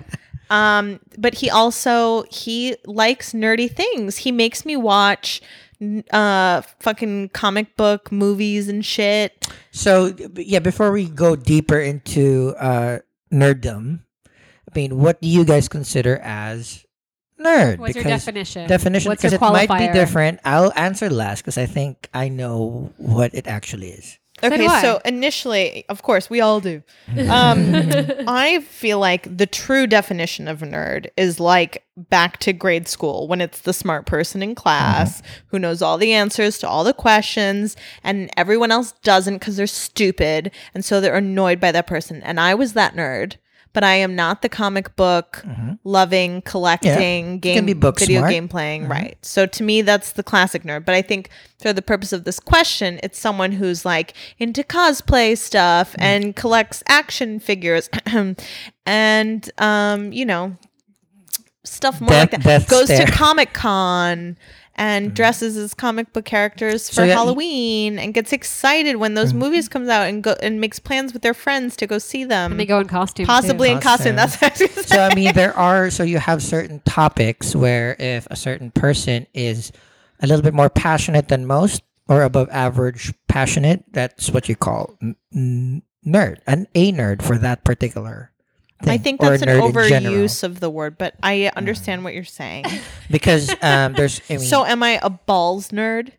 Speaker 1: Um, but he also he likes nerdy things. He makes me watch n- uh fucking comic book movies and shit.
Speaker 2: So b- yeah, before we go deeper into uh nerddom, I mean, what do you guys consider as nerd?
Speaker 3: What's your
Speaker 2: Because-
Speaker 3: definition?
Speaker 2: definition
Speaker 3: What's your
Speaker 2: because it
Speaker 3: qualifier?
Speaker 2: might be different. I'll answer last because I think I know what it actually is.
Speaker 1: Okay,
Speaker 3: do I.
Speaker 1: so initially, of course, we all do. Um, I feel like the true definition of a nerd is like back to grade school when it's the smart person in class
Speaker 2: Mm-hmm.
Speaker 1: who knows all the answers to all the questions and everyone else doesn't because they're stupid. And so they're annoyed by that person. And I was that nerd, but I am not the comic book
Speaker 2: Mm-hmm.
Speaker 1: loving, collecting, game,
Speaker 2: be book
Speaker 1: video
Speaker 2: smart.
Speaker 1: game playing. Right. So to me, that's the classic nerd. But I think for the purpose of this question, it's someone who's like into cosplay stuff
Speaker 2: Mm-hmm.
Speaker 1: and collects action figures and, um, you know, stuff more like
Speaker 2: Death-
Speaker 1: that.
Speaker 2: death
Speaker 1: Goes
Speaker 2: stare. Mm-hmm.
Speaker 1: to Comic Con and dresses as comic book characters for
Speaker 2: So, yeah, y- Mm-hmm.
Speaker 1: Halloween and gets excited when those movies comes out and go and makes plans with their friends to go see them.
Speaker 3: And they go in costume. too.
Speaker 1: possibly in costume.
Speaker 2: Costume.
Speaker 1: That's what I was gonna
Speaker 2: So I mean, there are so you have certain topics where if a certain person is a little bit more passionate than most or above average passionate, that's what you call n- n- nerd, an a nerd for that particular.
Speaker 1: I
Speaker 2: thing,
Speaker 1: think
Speaker 2: or
Speaker 1: that's an
Speaker 2: nerd in general.
Speaker 1: overuse of the word, but I understand what you're saying.
Speaker 2: because um, there's I mean,
Speaker 1: so, am I a balls nerd?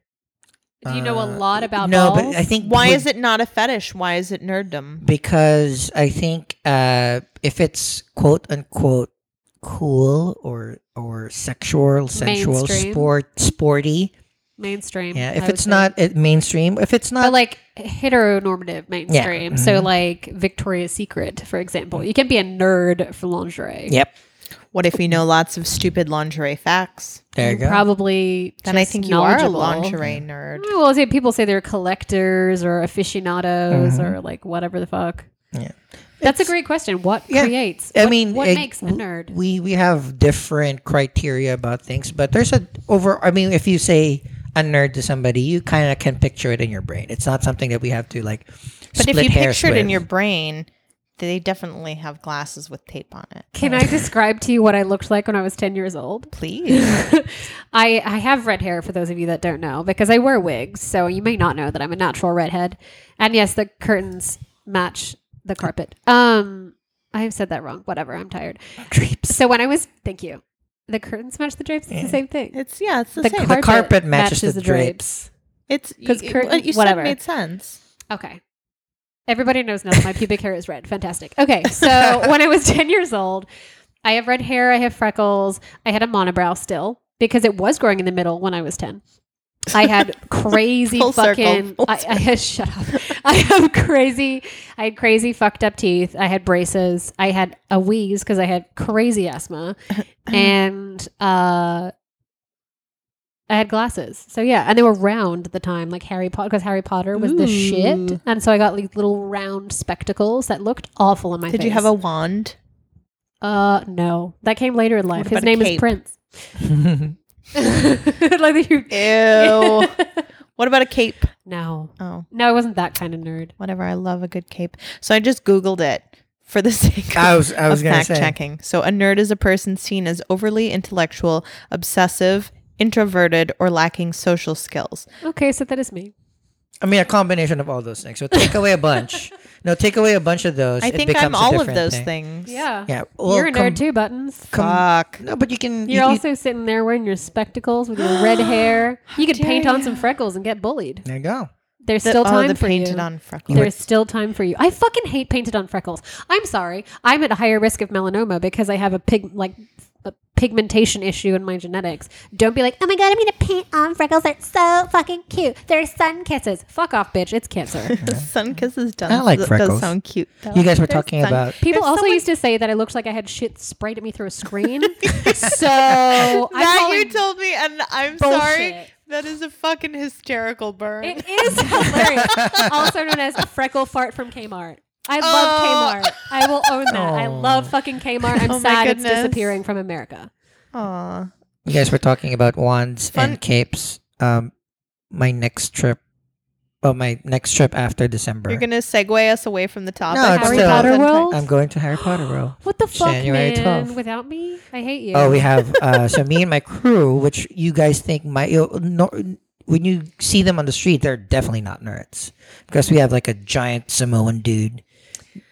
Speaker 3: Do you know a
Speaker 2: uh,
Speaker 3: lot about
Speaker 2: no,
Speaker 3: balls?
Speaker 2: but I think
Speaker 1: Why
Speaker 2: with-
Speaker 1: is it not a fetish? Why is it nerddom?
Speaker 2: because I think uh, if it's quote unquote cool or or sexual, sensual,
Speaker 3: Mainstream.
Speaker 2: sport, sporty,
Speaker 3: mainstream.
Speaker 2: yeah.
Speaker 3: I
Speaker 2: If
Speaker 3: would
Speaker 2: it's
Speaker 3: say.
Speaker 2: not it, mainstream, if it's not Mm-hmm.
Speaker 3: but like heteronormative mainstream. So like Victoria's Secret, for example, you can be a nerd for lingerie.
Speaker 2: yep,
Speaker 1: What if you know lots of stupid lingerie facts?
Speaker 2: there you
Speaker 3: You're
Speaker 2: go.
Speaker 3: Probably.
Speaker 1: Then I
Speaker 3: just
Speaker 1: think you are a
Speaker 3: knowledgeable.
Speaker 1: lingerie nerd.
Speaker 3: Mm, Well, see, people say they're collectors or
Speaker 2: Mm-hmm.
Speaker 3: aficionados or like whatever the fuck.
Speaker 2: Yeah.
Speaker 3: That's a great question. What
Speaker 2: Yeah.
Speaker 3: creates?
Speaker 2: I
Speaker 3: what-
Speaker 2: mean,
Speaker 3: what
Speaker 2: it-
Speaker 3: makes a nerd?
Speaker 2: we we have different criteria about things, but there's a over. I mean, if you say a nerd to somebody, you kind of can picture it in your brain. It's not something that we have to like.
Speaker 1: But if
Speaker 2: split
Speaker 1: you
Speaker 2: hairs
Speaker 1: picture it in
Speaker 2: with.
Speaker 1: your brain, they definitely have glasses with tape on it.
Speaker 3: Can I describe to you what I looked like when I was 10 years old?
Speaker 1: Please.
Speaker 3: I, I have red hair for those of you that don't know because I wear wigs, so you may not know that I'm a natural redhead. And yes, the curtains match the carpet. Um, I have said that wrong. Whatever, I'm tired.
Speaker 2: drapes,
Speaker 3: So when I was, thank you. The curtains match the drapes. It's the same thing.
Speaker 1: It's yeah, it's the,
Speaker 3: The
Speaker 1: same.
Speaker 2: car- carpet matches the
Speaker 1: it's
Speaker 3: 'cause
Speaker 1: y-
Speaker 3: curtain-
Speaker 1: what you
Speaker 3: whatever.
Speaker 1: said made sense.
Speaker 3: Okay. Everybody knows now that my pubic hair is red. Fantastic. Okay. So when I was 10 years old, I have red hair, I have freckles, I had a monobrow still because it was growing in the middle when I was 10. I had crazy
Speaker 1: Full circle,
Speaker 3: fucking.
Speaker 1: full
Speaker 3: I, I had shut up. I have crazy. I had crazy fucked up teeth. I had braces. I had a wheeze because I had crazy asthma, and uh, I had glasses. So yeah, and they were round at the time, like Harry Potter, because Harry Potter was the shit.
Speaker 1: Ooh.
Speaker 3: And so I got like little round spectacles that looked awful on my face.
Speaker 1: Did you have a wand?
Speaker 3: Uh, no, that came later in life.
Speaker 1: What about
Speaker 3: His
Speaker 1: a
Speaker 3: name is
Speaker 1: cape?
Speaker 3: Prince. like you,
Speaker 1: Eh. Ew. what about a cape?
Speaker 3: no,
Speaker 1: Oh,
Speaker 3: no, I wasn't that kind of nerd.
Speaker 1: whatever. I love a good cape. So I just Googled it for the sake of
Speaker 2: I was I was
Speaker 1: of
Speaker 2: gonna
Speaker 1: fact
Speaker 2: say.
Speaker 1: checking. So, a nerd is a person seen as overly intellectual, obsessive, introverted, or lacking social skills.
Speaker 3: Okay, so that is me.
Speaker 2: I mean, a combination of all those things. So take away a bunch. no, take away a bunch of those.
Speaker 1: I
Speaker 2: it
Speaker 1: think I'm
Speaker 2: becomes a
Speaker 1: all of
Speaker 2: different
Speaker 1: those
Speaker 2: thing.
Speaker 1: things.
Speaker 2: Yeah. Well,
Speaker 3: You're a
Speaker 2: com-
Speaker 3: nerd too, Buttons.
Speaker 2: com-
Speaker 1: Fuck.
Speaker 2: no, but you can. you- you-
Speaker 3: You're also sitting there wearing your spectacles with your red hair. You could paint on some freckles and get bullied.
Speaker 2: there you go.
Speaker 3: There's
Speaker 1: The-
Speaker 3: still
Speaker 1: oh,
Speaker 3: time
Speaker 1: the
Speaker 3: for
Speaker 1: painted
Speaker 3: you.
Speaker 1: on freckles.
Speaker 3: There's still time for you. I fucking hate painted on freckles. I'm sorry. I'm at a higher risk of melanoma because I have a pig like a pigmentation issue in my genetics. Don't be like, oh my god, I'm gonna paint on freckles. They're so fucking cute. They're sun kisses. Fuck off, bitch. It's cancer.
Speaker 1: Sun kisses done.
Speaker 2: I like
Speaker 1: does
Speaker 2: freckles.
Speaker 1: sound cute. though.
Speaker 2: You guys were
Speaker 1: There's
Speaker 2: talking
Speaker 1: sun-
Speaker 2: about-
Speaker 3: People
Speaker 1: There's
Speaker 3: also
Speaker 1: someone-
Speaker 3: used to say that I looked like I had shit sprayed at me through a screen. so
Speaker 2: Oh,
Speaker 3: I'm
Speaker 1: that you
Speaker 3: calling-
Speaker 1: told me, and I'm sorry.
Speaker 3: Bullshit.
Speaker 1: That is a fucking hysterical burn.
Speaker 3: It is hilarious. also known as freckle fart from Kmart. I
Speaker 1: Oh.
Speaker 3: love Kmart. I will own that. I
Speaker 2: Oh.
Speaker 3: love fucking Kmart. I'm
Speaker 1: Oh my
Speaker 3: sad it's
Speaker 1: goodness.
Speaker 3: disappearing from America.
Speaker 1: Aw.
Speaker 2: You guys were talking about wands
Speaker 1: Fun-
Speaker 2: and capes. Um, my next trip, well, my next trip after December,
Speaker 1: You're gonna segue us away from the topic.
Speaker 2: No,
Speaker 1: We're
Speaker 2: Harry
Speaker 1: still-
Speaker 2: Potter
Speaker 3: world?
Speaker 2: I'm going to Harry Potter World.
Speaker 3: What the fuck,
Speaker 2: January
Speaker 3: man?
Speaker 2: 12th.
Speaker 3: Without me, I hate you.
Speaker 2: Oh, we have uh, so me and my crew, which you guys think might you know, no, when you see them on the street, they're definitely not nerds because we have like a giant Samoan dude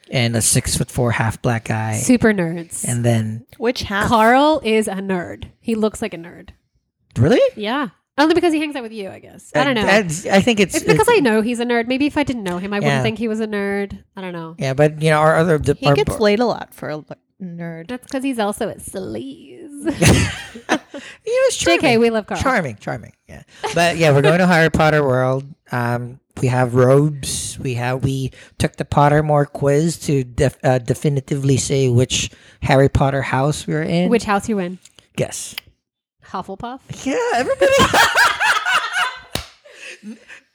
Speaker 2: and a six foot four half black guy,
Speaker 3: super nerds.
Speaker 2: and then
Speaker 1: Which half?
Speaker 3: Carl is a nerd. He looks like a nerd.
Speaker 2: really,
Speaker 3: Yeah, only because he hangs out with you, I guess. I don't know.
Speaker 2: I, I think it's
Speaker 3: it's because I know he's a nerd. Maybe if I didn't know him, I wouldn't
Speaker 2: Yeah.
Speaker 3: think he was a nerd. I don't know.
Speaker 2: yeah, but you know our other the,
Speaker 1: He
Speaker 2: our,
Speaker 1: gets laid a lot for a l- nerd.
Speaker 3: That's because he's also at Sleaze.
Speaker 2: He was charming.
Speaker 3: JK, we love Carl.
Speaker 2: charming, charming. Yeah, but yeah, we're going to Harry Potter World. Um, we have robes. We have we took the Pottermore quiz to def, uh, definitively say which Harry Potter house we are in.
Speaker 3: Which house you in?
Speaker 2: guess?
Speaker 3: Hufflepuff.
Speaker 2: Yeah, everybody.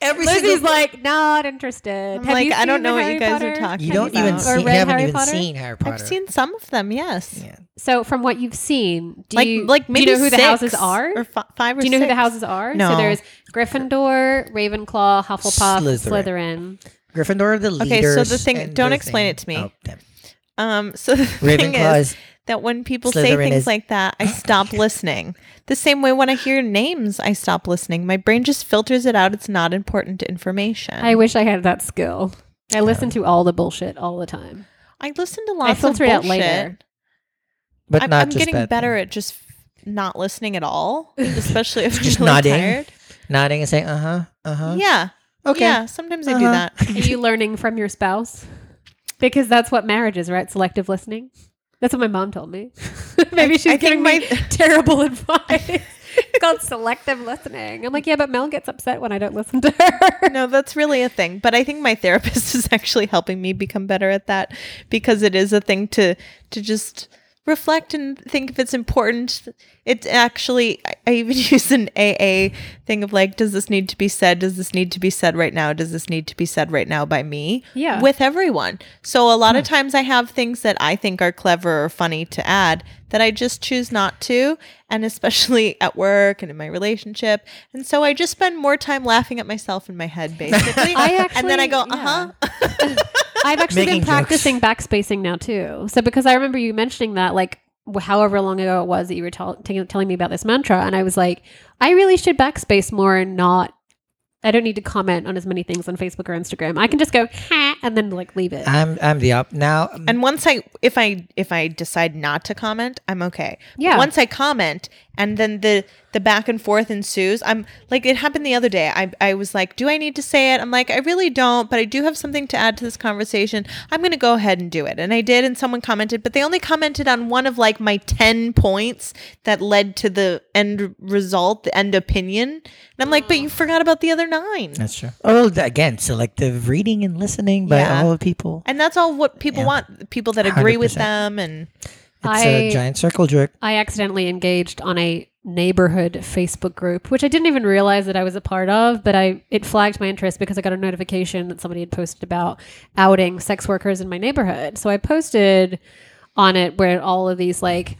Speaker 2: Every
Speaker 3: Lizzie's
Speaker 2: single.
Speaker 3: like not interested.
Speaker 1: I'm
Speaker 3: Have
Speaker 1: like,
Speaker 3: you
Speaker 1: I don't
Speaker 3: seen
Speaker 1: know
Speaker 3: the
Speaker 1: what
Speaker 3: Harry
Speaker 1: you guys are
Speaker 3: Potter?
Speaker 1: talking
Speaker 2: you
Speaker 1: Have
Speaker 2: don't
Speaker 1: you
Speaker 2: even
Speaker 1: seen-
Speaker 2: see.
Speaker 3: or
Speaker 2: You
Speaker 3: read
Speaker 2: haven't
Speaker 3: Harry
Speaker 2: even
Speaker 3: Potter?
Speaker 2: seen Harry Potter.
Speaker 1: I've seen some of them. Yes.
Speaker 2: Yeah.
Speaker 3: So, from what you've seen, do
Speaker 1: Like
Speaker 3: you
Speaker 1: like maybe
Speaker 3: do you know who the
Speaker 1: six
Speaker 3: houses are?
Speaker 1: or fi- five or
Speaker 3: do you know who the
Speaker 1: six.
Speaker 3: houses are? So
Speaker 1: No.
Speaker 3: there's Gryffindor, Ravenclaw, Hufflepuff,
Speaker 2: Slytherin.
Speaker 3: Slytherin.
Speaker 2: Gryffindor are the
Speaker 1: Okay,
Speaker 2: leaders.
Speaker 1: so the thing-
Speaker 2: and
Speaker 1: don't
Speaker 2: the
Speaker 1: explain
Speaker 2: thing-
Speaker 1: it to me.
Speaker 2: Oh, damn.
Speaker 1: Um, so the thing
Speaker 2: Ravenclaw
Speaker 1: is
Speaker 2: is
Speaker 1: that when people say
Speaker 2: Slytherin
Speaker 1: things
Speaker 2: is-
Speaker 1: like that, I stop listening. The same way when I hear names, I stop listening. My brain just filters it out. It's not important information.
Speaker 3: I wish I had that skill. I listen to all the bullshit all the time.
Speaker 1: I listen to
Speaker 3: I
Speaker 1: lots of
Speaker 3: filter it
Speaker 1: bullshit.
Speaker 3: out later.
Speaker 2: but
Speaker 1: I'm,
Speaker 2: not
Speaker 1: I'm
Speaker 2: just
Speaker 1: getting
Speaker 2: bad
Speaker 1: better
Speaker 2: things.
Speaker 1: at just not listening at all, especially if
Speaker 2: Just
Speaker 1: I'm really
Speaker 2: nodding?
Speaker 1: tired.
Speaker 2: nodding and saying, "Uh huh, uh huh."
Speaker 1: Yeah.
Speaker 2: Okay.
Speaker 1: Yeah. Sometimes I do
Speaker 2: Uh-huh.
Speaker 1: that.
Speaker 3: Are you learning from your spouse? Because that's what marriage is, right? Selective listening. That's what my mom told me. Maybe she's
Speaker 1: I think
Speaker 3: giving
Speaker 1: my-
Speaker 3: me terrible advice. it's called selective listening. I'm like, yeah, but Mel gets upset when I don't listen to her.
Speaker 1: No, that's really a thing. But I think my therapist is actually helping me become better at that because it is a thing to to just reflect and think if it's important. It's actually I- I even use an AA thing of like, does this need to be said? Does this need to be said right now? Does this need to be said right now by me?
Speaker 3: Yeah.
Speaker 1: With everyone. So a lot
Speaker 3: Hmm.
Speaker 1: of times I have things that I think are clever or funny to add that I just choose not to. And especially at work and in my relationship. And so I just spend more time laughing at myself in my head, basically.
Speaker 3: I
Speaker 1: and then I go,
Speaker 3: actually-
Speaker 1: uh huh.
Speaker 3: I've actually been
Speaker 2: Making jokes.
Speaker 3: practicing backspacing now too. So because I remember you mentioning that, like wh- however long ago it was that you were tell- t- telling me about this mantra, and I was like, I really should backspace more and not. I don't need to comment on as many things on Facebook or Instagram. I can just go ha, and then like leave it.
Speaker 2: I'm I'm the up now.
Speaker 3: Mm-hmm.
Speaker 2: um,
Speaker 1: And once I, if I, if I decide not to comment, I'm okay. But
Speaker 3: Yeah.
Speaker 1: once I comment, and then the the back and forth ensues. I'm like, it happened the other day. I I was like, do I need to say it? I'm like, I really don't, but I do have something to add to this conversation. I'm gonna go ahead and do it. And I did, and someone commented, but they only commented on one of like my ten points that led to the end result, the end opinion. And I'm like,
Speaker 3: Mm.
Speaker 1: but you forgot about the other nine.
Speaker 2: That's true. Oh, th- again, selective reading and listening by
Speaker 1: Yeah.
Speaker 2: all the people.
Speaker 1: And that's all what people want. People that agree with
Speaker 2: 100%.
Speaker 1: them and.
Speaker 2: It's
Speaker 3: I-
Speaker 2: a giant circle jerk.
Speaker 3: I accidentally engaged on a neighborhood Facebook group, which I didn't even realize that I was a part of, but I it flagged my interest because I got a notification that somebody had posted about outing sex workers in my neighborhood. So I posted on it where all of these like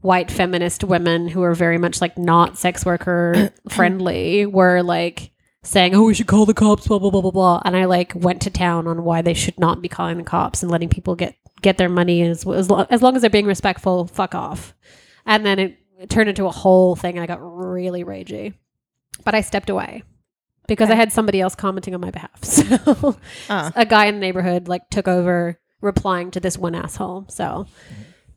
Speaker 3: white feminist women who are very much like not sex worker friendly were like saying, "Oh, we should call the cops," blah blah blah blah blah. And I like went to town on why they should not be calling the cops and letting people get get their money as as, lo- as long as they're being respectful. Fuck off. And then it, it turned into a whole thing, and I got really ragey. But I stepped away because I
Speaker 1: Okay.
Speaker 3: had somebody else commenting on my behalf. So
Speaker 1: Uh.
Speaker 3: a guy in the neighborhood like took over replying to this one asshole. So.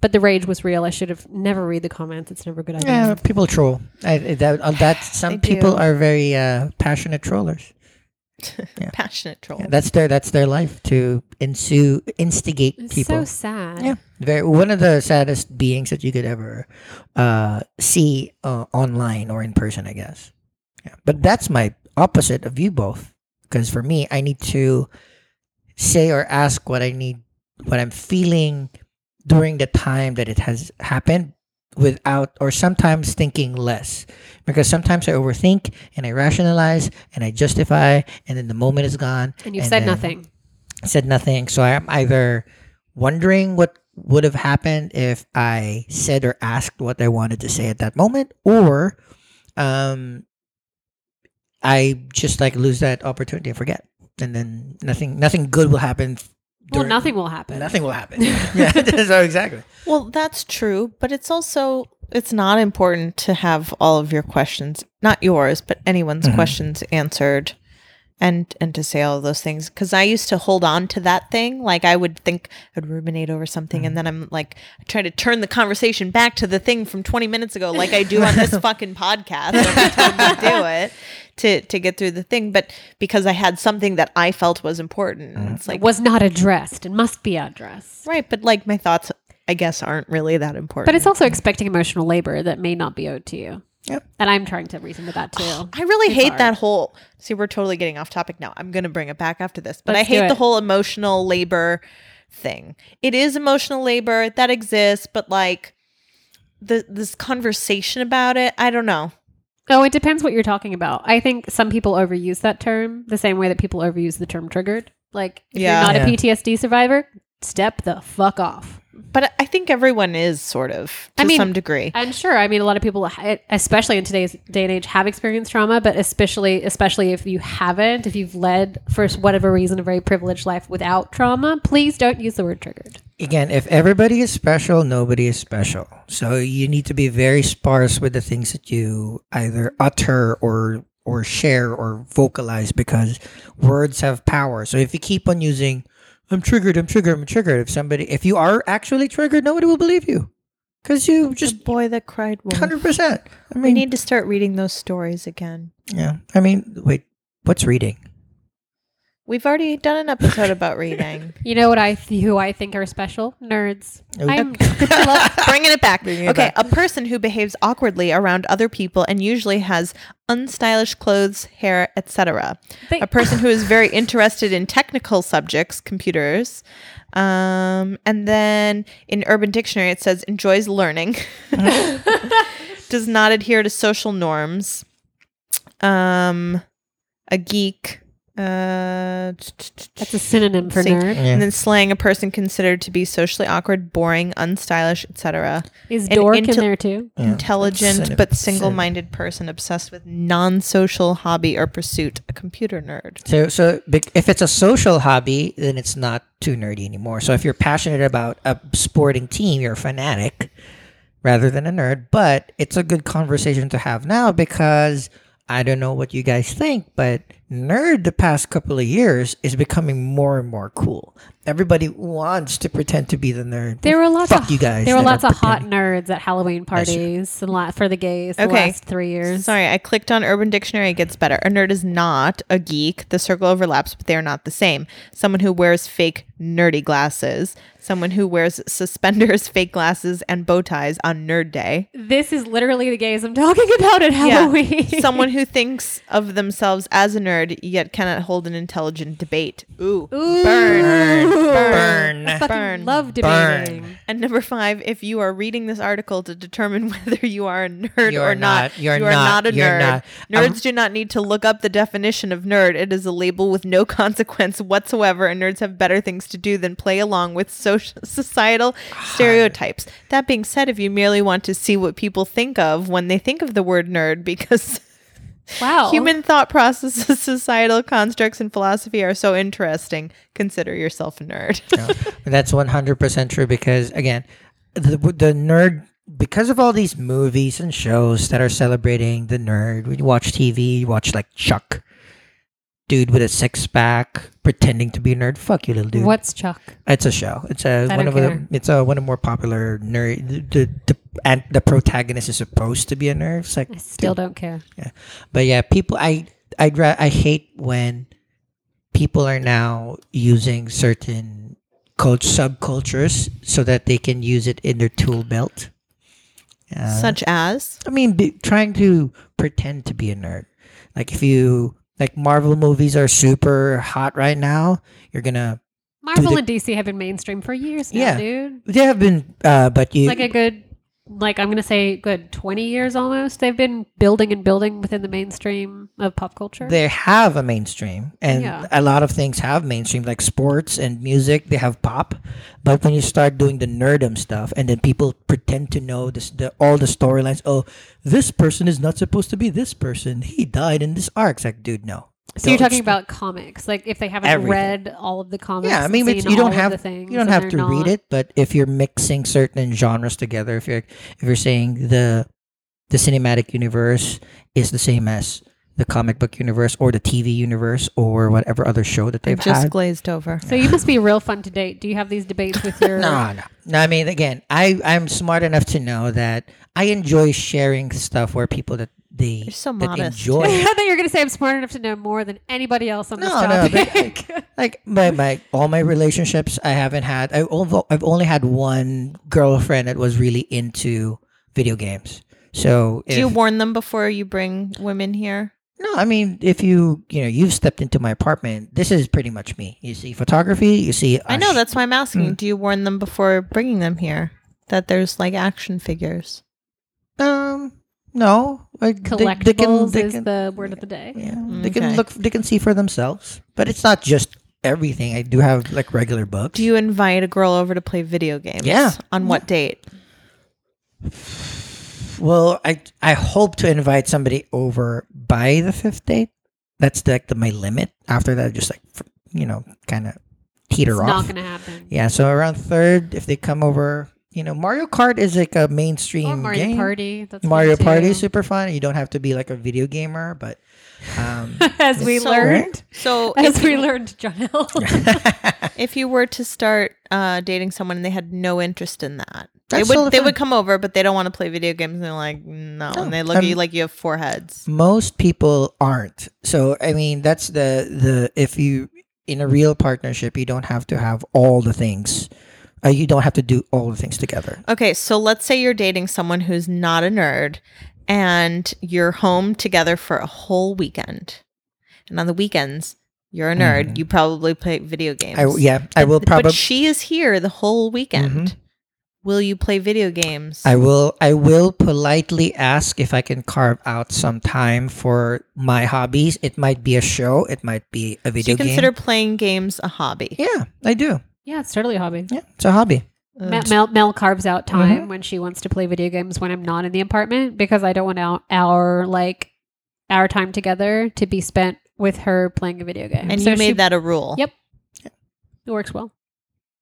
Speaker 3: But the rage was real. I should have never read the comments. It's never a good idea.
Speaker 2: Yeah, people troll. I, that, uh, that
Speaker 1: Mm-hmm. They
Speaker 2: some
Speaker 1: do.
Speaker 2: people are very uh, passionate trollers.
Speaker 1: Passionate troll.
Speaker 2: Yeah, that's their that's their life to ensue instigate
Speaker 3: It's so
Speaker 2: people.
Speaker 3: sad.
Speaker 2: yeah, very one of the saddest beings that you could ever uh, see uh, online or in person, I guess. Yeah, but that's my opposite of you both. Because for me, I need to say or ask what I need, what I'm feeling during the time that it has happened, without or sometimes thinking less. Because sometimes I overthink and I rationalize and I justify, and then the moment is gone.
Speaker 3: And you've said
Speaker 2: then-
Speaker 3: nothing.
Speaker 2: said nothing. So I'm either wondering what would have happened if I said or asked what I wanted to say at that moment, or um, I just like lose that opportunity and forget, and then nothing nothing good will happen.
Speaker 3: Well,
Speaker 2: during-
Speaker 3: nothing will happen.
Speaker 2: Nothing will happen. yeah, so exactly.
Speaker 1: Well, that's true, but it's also it's not important to have all of your questions, not yours, but anyone's
Speaker 2: Mhm.
Speaker 1: questions answered and and to say all of those things cuz I used to hold on to that thing, like I would think I'd ruminate over something and then I'm like I try to turn the conversation back to the thing from 20 minutes ago like I do on this fucking podcast. Every time I do it to to get through the thing, but because I had something that I felt was important. It's like
Speaker 3: It was not addressed and must be addressed.
Speaker 1: right, but like my thoughts I guess aren't really that important.
Speaker 3: But it's also expecting emotional labor that may not be owed to you.
Speaker 2: Yep.
Speaker 3: And I'm trying to reason with that too.
Speaker 1: I really
Speaker 3: It's
Speaker 1: hate
Speaker 3: hard.
Speaker 1: that whole. See, we're totally getting off topic now. I'm going to bring it back after this, but
Speaker 3: Let's
Speaker 1: I
Speaker 3: do
Speaker 1: hate the
Speaker 3: it.
Speaker 1: whole emotional labor thing. It is emotional labor that exists, but like the this conversation about it, I don't know.
Speaker 3: Oh, it depends what you're talking about. I think some people overuse that term the same way that people overuse the term triggered. Like, if
Speaker 1: Yeah.
Speaker 3: you're not
Speaker 2: Yeah.
Speaker 3: a PTSD survivor, step the fuck off.
Speaker 1: But I think everyone is sort of to
Speaker 3: I mean,
Speaker 1: some degree.
Speaker 3: And sure, I mean, a lot of people, especially in today's day and age, have experienced trauma, but especially, especially if you haven't, if you've led for whatever reason a very privileged life without trauma, please don't use the word triggered.
Speaker 2: Again, if everybody is special, nobody is special. So you need to be very sparse with the things that you either utter or or share or vocalize because words have power. So if you keep on using I'm triggered, I'm triggered, I'm triggered, if somebody if you are actually triggered, nobody will believe you. Cuz you
Speaker 1: Just
Speaker 2: just
Speaker 1: boy that cried wolf.
Speaker 2: 100%. I
Speaker 1: We
Speaker 2: mean,
Speaker 1: need to start reading those stories again.
Speaker 2: yeah. I mean, wait, what's reading?
Speaker 1: We've already done an episode about reading.
Speaker 3: You know what I th- who I think are special nerds.
Speaker 2: Ooh.
Speaker 3: I'm
Speaker 1: Bringing it back.
Speaker 2: Bringing it
Speaker 1: okay,
Speaker 2: back.
Speaker 1: a person who behaves awkwardly around other people and usually has unstylish clothes, hair, etc.
Speaker 3: They-
Speaker 1: A person who is very interested in technical subjects, computers. Um, and then in Urban Dictionary, it says enjoys learning, does not adhere to social norms, um, a geek. Uh,
Speaker 3: that's a synonym for
Speaker 1: Sing-
Speaker 3: nerd.
Speaker 2: Yeah.
Speaker 1: and then slang, a person considered to be socially awkward, boring, unstylish, etc.
Speaker 3: Is
Speaker 1: And
Speaker 3: dork
Speaker 1: intel-
Speaker 3: in there too?
Speaker 2: Yeah.
Speaker 1: Intelligent
Speaker 2: Synonym-
Speaker 1: but
Speaker 2: synonym.
Speaker 1: single-minded person obsessed with non-social hobby or pursuit, a computer nerd.
Speaker 2: So, so bec- if it's a social hobby, then it's not too nerdy anymore. So, if you're passionate about a sporting team, you're a fanatic rather than a nerd. But it's a good conversation to have now because I don't know what you guys think, but nerd the past couple of years is becoming more and more cool. Everybody wants to pretend to be the nerd.
Speaker 3: There were lots.
Speaker 2: Fuck
Speaker 3: of,
Speaker 2: you guys.
Speaker 3: There were
Speaker 2: that are
Speaker 3: lots of hot
Speaker 2: pretending.
Speaker 3: nerds at Halloween parties and lot for the gays the
Speaker 1: Okay.
Speaker 3: last three years.
Speaker 1: Sorry, I clicked on Urban Dictionary. It gets better. A nerd is not a geek. The circle overlaps, but they are not the same. Someone who wears fake nerdy glasses. Someone who wears suspenders, fake glasses, and bow ties on nerd day.
Speaker 3: This is literally the gays I'm talking about at Halloween.
Speaker 1: Someone who thinks of themselves as a nerd yet cannot hold an intelligent debate. Ooh.
Speaker 3: Ooh.
Speaker 1: Burn.
Speaker 2: Burn.
Speaker 3: I fucking
Speaker 1: Burn.
Speaker 3: love
Speaker 2: Burn.
Speaker 3: debating.
Speaker 1: And number five, if you are reading this article to determine whether you are a nerd
Speaker 2: You
Speaker 1: or
Speaker 2: are
Speaker 1: not,
Speaker 2: not. You're
Speaker 1: you are
Speaker 2: not.
Speaker 1: not a
Speaker 2: You're
Speaker 1: nerd.
Speaker 2: not. Um,
Speaker 1: Nerds do not need to look up the definition of nerd. It is a label with no consequence whatsoever, and nerds have better things to do than play along with social, societal stereotypes. That being said, if you merely want to see what people think of when they think of the word nerd, because
Speaker 2: Oh.
Speaker 3: Wow.
Speaker 1: human thought processes, societal constructs, and philosophy are so interesting, consider yourself a nerd.
Speaker 2: No, that's 100% true because again the, the nerd because of all these movies and shows that are celebrating the nerd we watch tv you watch like chuck dude with a six-pack pretending to be a nerd fuck you little dude
Speaker 3: What's Chuck?
Speaker 2: it's a show it's a
Speaker 3: I
Speaker 2: one
Speaker 3: don't
Speaker 2: of
Speaker 3: care.
Speaker 2: the it's a one of the more popular nerd the, the, and the protagonist is supposed to be a nerd it's like
Speaker 3: I still
Speaker 2: dude,
Speaker 3: don't care.
Speaker 2: yeah. But yeah, people I I'd ra- I hate when people are now using certain cult subcultures so that they can use it in their tool belt. Uh,
Speaker 1: Such as
Speaker 2: I mean, be, trying to pretend to be a nerd. Like if you like Marvel movies are super hot right now, you're gonna
Speaker 3: Marvel
Speaker 2: the-
Speaker 3: and DC have been mainstream for years now,
Speaker 2: Yeah.
Speaker 3: dude.
Speaker 2: they have been, uh, but you
Speaker 3: Like a good, like I'm gonna say, good 20 years almost. They've been building and building within the mainstream of pop culture.
Speaker 2: they have a mainstream, and
Speaker 3: Yeah.
Speaker 2: a lot of things have mainstream, like sports and music. They have pop, but when you start doing the nerdum stuff, and then people pretend to know this, the, all the storylines. Oh, this person is not supposed to be this person. He died in this arc. It's like, dude, no.
Speaker 3: so you're
Speaker 2: Don't-
Speaker 3: talking about comics, like if they haven't
Speaker 2: Everything.
Speaker 3: read all of the comics.
Speaker 2: Yeah, I
Speaker 3: and
Speaker 2: mean, it's,
Speaker 3: seen
Speaker 2: you
Speaker 3: all
Speaker 2: don't
Speaker 3: of
Speaker 2: have
Speaker 3: the things
Speaker 2: you don't
Speaker 3: and
Speaker 2: have
Speaker 3: they're
Speaker 2: to
Speaker 3: not-
Speaker 2: read it, but if you're mixing certain genres together, if you're if you're saying the the cinematic universe is the same as the comic book universe or the TV universe or whatever other show that
Speaker 1: I
Speaker 2: they've
Speaker 1: just
Speaker 2: had.
Speaker 1: glazed over.
Speaker 3: So you must be real fun to date. Do you have these debates with your?
Speaker 2: No, no, no. I mean, again, I I'm smart enough to know that I enjoy sharing stuff where people that they
Speaker 1: You're so
Speaker 2: that
Speaker 1: modest.
Speaker 2: enjoy. it.
Speaker 3: I thought you were gonna say I'm smart enough to know more than anybody else on this
Speaker 2: No, no, but-
Speaker 3: topic.
Speaker 2: like my, my all my relationships i haven't had I, al- i've only had one girlfriend that was really into video games so if,
Speaker 1: Do you warn them before you bring women here?
Speaker 2: no i mean if you you know you've stepped into my apartment this is pretty much me you see photography you see uh,
Speaker 1: I
Speaker 2: our
Speaker 1: know
Speaker 2: sh- Hmm.
Speaker 1: that's why I'm asking. Do you warn them before bringing them here that there's like action figures?
Speaker 2: um no like, they-
Speaker 3: Collectibles
Speaker 2: they can- they
Speaker 3: is
Speaker 2: can-
Speaker 3: the word of the day.
Speaker 2: yeah they can
Speaker 1: Okay.
Speaker 2: look they can see for themselves but it's not just everything i do have like regular books
Speaker 1: Do you invite a girl over to play video games?
Speaker 2: Yeah.
Speaker 1: On what date?
Speaker 2: Well, I I hope to invite somebody over by the fifth date. That's like the, my limit. After that, I just like f- you know, kind of teeter
Speaker 3: It's
Speaker 2: off.
Speaker 3: not gonna happen.
Speaker 2: yeah, so around third, if they come over, you know, Mario Kart is like a mainstream
Speaker 3: Or Mario
Speaker 2: game.
Speaker 3: Party. That's
Speaker 2: Mario
Speaker 3: fun,
Speaker 2: Party is
Speaker 3: too.
Speaker 2: super fun. You don't have to be like a video gamer, but um,
Speaker 3: as we
Speaker 1: So-
Speaker 3: learned,
Speaker 1: So
Speaker 3: as
Speaker 1: if
Speaker 3: we
Speaker 1: you-
Speaker 3: learned, John.
Speaker 1: if you were to start uh, dating someone and they had no interest in that, they
Speaker 2: That's
Speaker 1: would
Speaker 2: totally
Speaker 1: they
Speaker 2: fine.
Speaker 1: would come over, but they don't want to play video games, and they're like, no,
Speaker 2: No, Um,
Speaker 1: and they look at you
Speaker 2: I'm-
Speaker 1: like you have four heads.
Speaker 2: most people aren't so i mean that's the the if you in a real partnership you don't have to have all the things uh, you don't have to do all the things together
Speaker 1: Okay, so let's say you're dating someone who's not a nerd, and you're home together for a whole weekend, and on the weekends you're a nerd. You probably play video games.
Speaker 2: Mm-hmm. I, yeah i will probably
Speaker 1: But she is here the whole weekend. Will you play video games?
Speaker 2: i will i will politely ask if i can carve out some time for my hobbies it might be a show it might be a
Speaker 1: Do
Speaker 2: video
Speaker 1: you consider
Speaker 2: game
Speaker 1: playing games a hobby?
Speaker 2: yeah i do
Speaker 3: yeah, it's totally a hobby.
Speaker 2: yeah Mm-hmm. it's a hobby Um,
Speaker 3: Mel, Mel, Mel carves out time when she wants to play video games when I'm not in the apartment because I don't want our, our like our time together to be spent with her playing a video game.
Speaker 1: And
Speaker 3: So
Speaker 1: you
Speaker 3: she-
Speaker 1: made that a rule.
Speaker 3: Yep. It works well.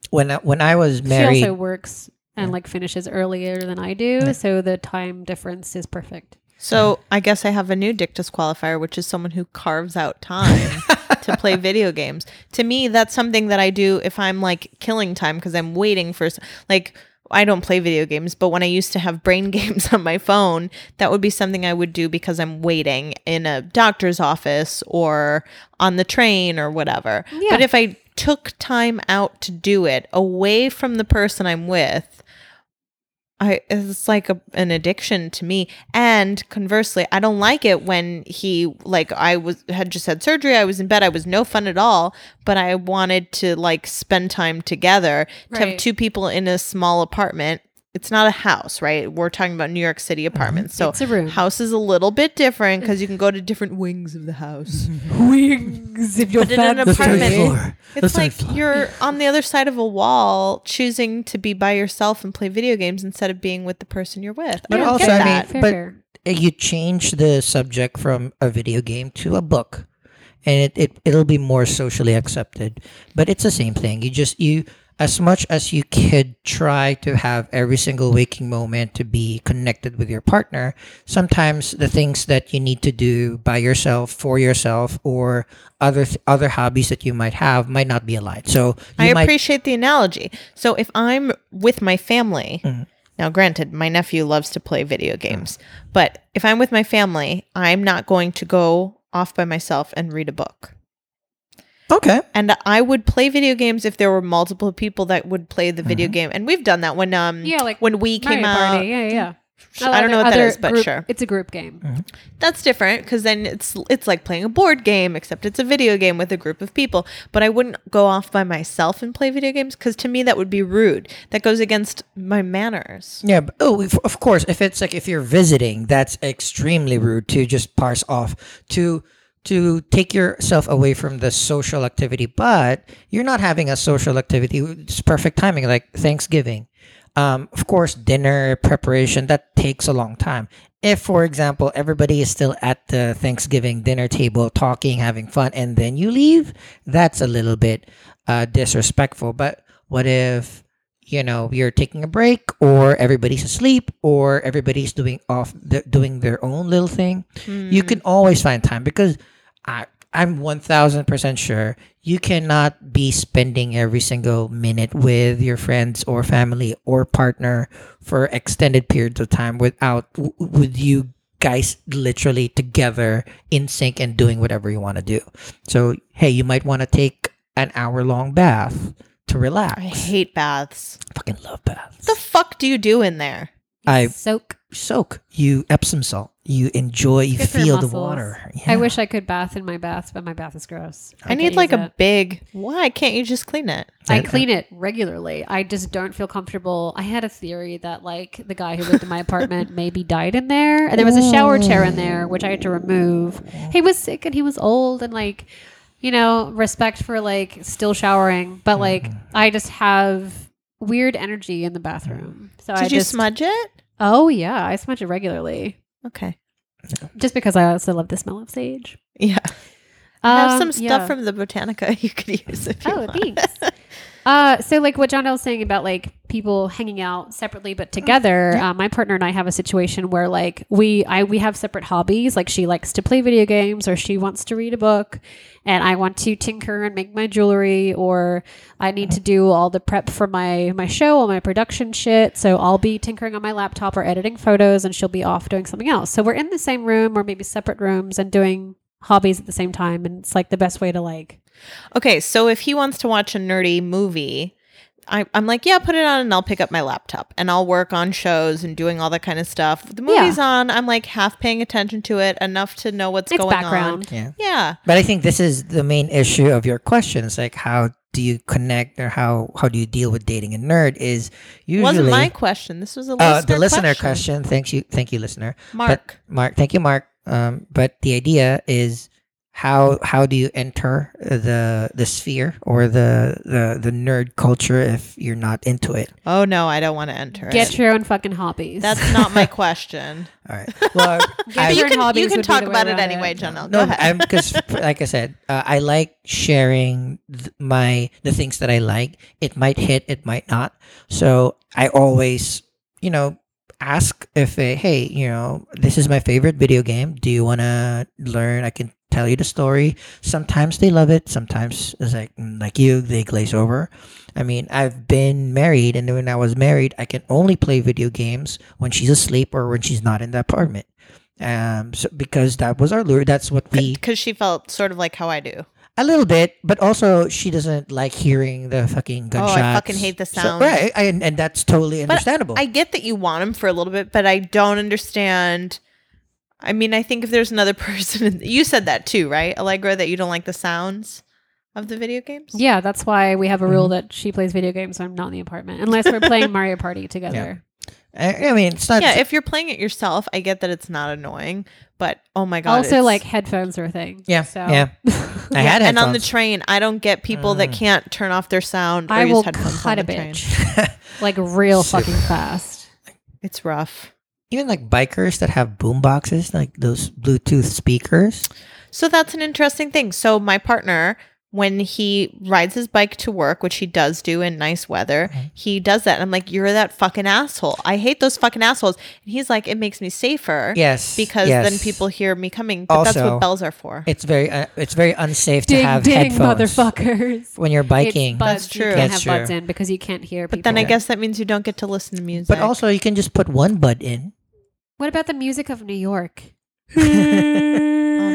Speaker 2: when I, when i was married
Speaker 3: She also works and like finishes earlier than I do, so the time difference is perfect.
Speaker 1: So I guess I have a new dick disqualifier, which is someone who carves out time to play video games. To me, that's something that I do if I'm like killing time because I'm waiting for s- like I don't play video games, but when I used to have brain games on my phone, that would be something I would do because I'm waiting in a doctor's office or on the train or whatever. But if I took time out to do it away from the person I'm with, I it's like a, an addiction to me. And conversely, I don't like it when he like I was had just had surgery, I was in bed, I was no fun at all, but I wanted to like spend time together to have
Speaker 3: Right.
Speaker 1: two people in a small apartment. It's not a house, right? We're talking about New York City apartments. So
Speaker 3: It's a room. Mm.
Speaker 1: house is a little bit different cuz you can go to different wings of the house.
Speaker 3: Wings if you're
Speaker 1: But in an apartment,
Speaker 2: floor.
Speaker 1: It's
Speaker 2: That's
Speaker 1: like
Speaker 2: nice.
Speaker 1: you're on the other side of a wall choosing to be by yourself and play video games instead of being with the person you're with.
Speaker 2: But
Speaker 1: I don't
Speaker 2: also,
Speaker 1: get
Speaker 2: I mean,
Speaker 1: that.
Speaker 3: Fair,
Speaker 2: but-
Speaker 3: fair.
Speaker 2: uh, you change the subject from a video game to a book and it, it it'll be more socially accepted but it's the same thing you just you as much as you could try to have every single waking moment to be connected with your partner sometimes the things that you need to do by yourself for yourself or other th- other hobbies that you might have might not be aligned so
Speaker 1: I
Speaker 2: you might
Speaker 1: appreciate the analogy. So if I'm with my family,
Speaker 2: Mm.
Speaker 1: now granted, my nephew loves to play video games, but if I'm with my family, I'm not going to go off by myself and read a book.
Speaker 2: Okay.
Speaker 1: and I would play video games if there were multiple people that would play the
Speaker 2: Mm-hmm.
Speaker 1: video game. And we've done that when um
Speaker 3: Yeah, like
Speaker 1: when we came
Speaker 3: Mario
Speaker 1: out.
Speaker 3: Party. Yeah, yeah.
Speaker 1: I don't know what that is, but
Speaker 3: group,
Speaker 1: sure. Mm-hmm.
Speaker 3: It's a group game.
Speaker 1: That's different because then it's it's like playing a board game except it's a video game with a group of people. But I wouldn't go off by myself and play video games because to me that would be rude. That goes against my manners.
Speaker 2: Yeah. But, oh, if, of course. If it's like if you're visiting, that's extremely rude to just parse off to to take yourself away from the social activity. But you're not having a social activity. It's perfect timing, like Thanksgiving. Um, of course, dinner preparation that takes a long time. If, for example, everybody is still at the Thanksgiving dinner table talking, having fun, and then you leave, that's a little bit uh, disrespectful. But what if you know you're taking a break or everybody's asleep or everybody's doing off th- doing their own little thing you can always find time because i i'm 1000% sure you cannot be spending every single minute with your friends or family or partner for extended periods of time without w- with you guys literally together in sync and doing whatever you want to do so hey you might want to take an hour long bath to relax
Speaker 1: I hate baths.
Speaker 2: fucking love baths.
Speaker 1: What the fuck do you do in there?
Speaker 2: I
Speaker 3: Soak.
Speaker 2: soak. You Epsom salt. You enjoy. You
Speaker 3: Good for your
Speaker 2: feel the
Speaker 3: muscles.
Speaker 2: water.
Speaker 3: I wish I could bath in my bath, but my bath is gross.
Speaker 1: I need
Speaker 3: can't
Speaker 1: like
Speaker 3: use
Speaker 1: a
Speaker 3: it.
Speaker 1: big. Why can't you just clean it?
Speaker 3: I clean it regularly. I just don't feel comfortable. I had a theory that like the guy who lived in my apartment maybe died in there, and there was a shower chair in there which I had to remove. He was sick and he was old, and like you know, respect for like still showering, but like I just have weird energy in the bathroom. So I
Speaker 1: Did you
Speaker 3: just,
Speaker 1: smudge it?
Speaker 3: Oh yeah, I smudge it regularly,
Speaker 1: Okay.
Speaker 3: just because I also love the smell of sage.
Speaker 1: Yeah. I have some
Speaker 3: Um,
Speaker 1: stuff
Speaker 3: yeah.
Speaker 1: from the Botanica you could use if you
Speaker 3: Oh,
Speaker 1: want.
Speaker 3: thanks. Uh, so like what John L was saying about like people hanging out separately but together. Uh, my partner and I have a situation where like we I we have separate hobbies. Like she likes to play video games or she wants to read a book, and I want to tinker and make my jewelry or I need to do all the prep for my my show, all my production shit. So I'll be tinkering on my laptop or editing photos, and she'll be off doing something else. So we're in the same room or maybe separate rooms and doing hobbies at the same time, and it's like the best way to like
Speaker 1: Okay, so if he wants to watch a nerdy movie, I, I'm like, yeah, put it on and I'll pick up my laptop and I'll work on shows and doing all that kind of stuff. The
Speaker 3: Yeah.
Speaker 1: movie's on. I'm like half paying attention to it, enough to know what's
Speaker 3: it's
Speaker 1: going
Speaker 3: background.
Speaker 1: on. Yeah.
Speaker 2: But I think this is the main issue of your question. It's like how do you connect or how how do you deal with dating a nerd? Is usually
Speaker 1: Wasn't my question. This was a listener
Speaker 2: uh, the listener
Speaker 1: question.
Speaker 2: question. Thank you, thank you, listener.
Speaker 1: Mark.
Speaker 2: but, Mark. Thank you, Mark. Um, but the idea is how how do you enter the the sphere or the the the nerd culture if you're not into it?
Speaker 1: Oh no, I don't want to enter.
Speaker 3: Get
Speaker 1: it.
Speaker 3: your own fucking hobbies.
Speaker 1: That's not my question.
Speaker 2: All right. Well,
Speaker 3: I-
Speaker 1: But you
Speaker 3: Different
Speaker 1: can,
Speaker 3: hobbies
Speaker 1: you can
Speaker 3: would be
Speaker 1: talk
Speaker 3: the way
Speaker 1: about it
Speaker 3: around it.
Speaker 1: anyway, Janelle. Go
Speaker 2: No,
Speaker 1: ahead.
Speaker 2: I'm because, like I said, uh, I like sharing th- my the things that I like. It might hit, it might not. So I always, you know, ask if a, hey, you know, this is my favorite video game. Do you want to learn? I can tell you the story. Sometimes they love it. Sometimes it's like mm, like you, they glaze over. I mean, I've been married, and when I was married, I can only play video games when she's asleep or when she's not in the apartment. Um, so because that was our lure. That's what we
Speaker 1: Because she felt sort of like how I do.
Speaker 2: a little bit, but also she doesn't like hearing the fucking
Speaker 1: Oh, I
Speaker 2: gunshots.
Speaker 1: fucking hate the
Speaker 2: So-
Speaker 1: sound.
Speaker 2: right, I- and, and that's totally understandable.
Speaker 1: I get that you want him for a little bit, but I don't understand. I mean, I think if there's another person, you said that too, right, Allegra, that you don't like the sounds of the video games.
Speaker 3: yeah, that's why we have a rule
Speaker 2: Mm-hmm.
Speaker 3: that she plays video games when I'm not in the apartment, unless we're playing Mario Party together.
Speaker 2: I, I mean, it's not.
Speaker 1: Yeah, if you're playing it yourself, I get that it's not annoying, but oh my god!
Speaker 3: also,
Speaker 1: it's-
Speaker 3: like headphones are a thing.
Speaker 2: yeah,
Speaker 3: so
Speaker 2: yeah. I
Speaker 1: Yeah,
Speaker 2: had
Speaker 1: and on the
Speaker 2: headphones. Mm.
Speaker 1: train, I don't get people that can't turn off their sound. Or
Speaker 3: I
Speaker 1: use
Speaker 3: will
Speaker 1: headphones on
Speaker 3: cut a
Speaker 1: the train.
Speaker 3: bitch like real
Speaker 2: Super.
Speaker 3: fucking fast.
Speaker 1: It's rough.
Speaker 2: even like bikers that have boom boxes, like those Bluetooth speakers.
Speaker 1: So that's an interesting thing. So my partner, when he rides his bike to work, which he does do in nice weather,
Speaker 2: Mm-hmm.
Speaker 1: he does that. And I'm like, you're that fucking asshole. I hate those fucking assholes. And he's like, it makes me safer.
Speaker 2: Yes,
Speaker 1: Because
Speaker 2: yes.
Speaker 1: then people hear me coming. But that's
Speaker 2: Also-
Speaker 1: what bells are for.
Speaker 2: It's very, uh, it's very unsafe to
Speaker 3: Ding
Speaker 2: have
Speaker 3: ding,
Speaker 2: headphones
Speaker 3: motherfuckers.
Speaker 2: when you're biking.
Speaker 3: It's buds.
Speaker 1: That's
Speaker 3: You
Speaker 1: true.
Speaker 3: can't
Speaker 2: That's
Speaker 3: have buds
Speaker 2: true.
Speaker 3: in because you can't hear.
Speaker 1: but
Speaker 3: people.
Speaker 1: then I guess that means you don't get to listen to music.
Speaker 2: but also, you can just put one bud in.
Speaker 3: what about the music of New York?
Speaker 1: oh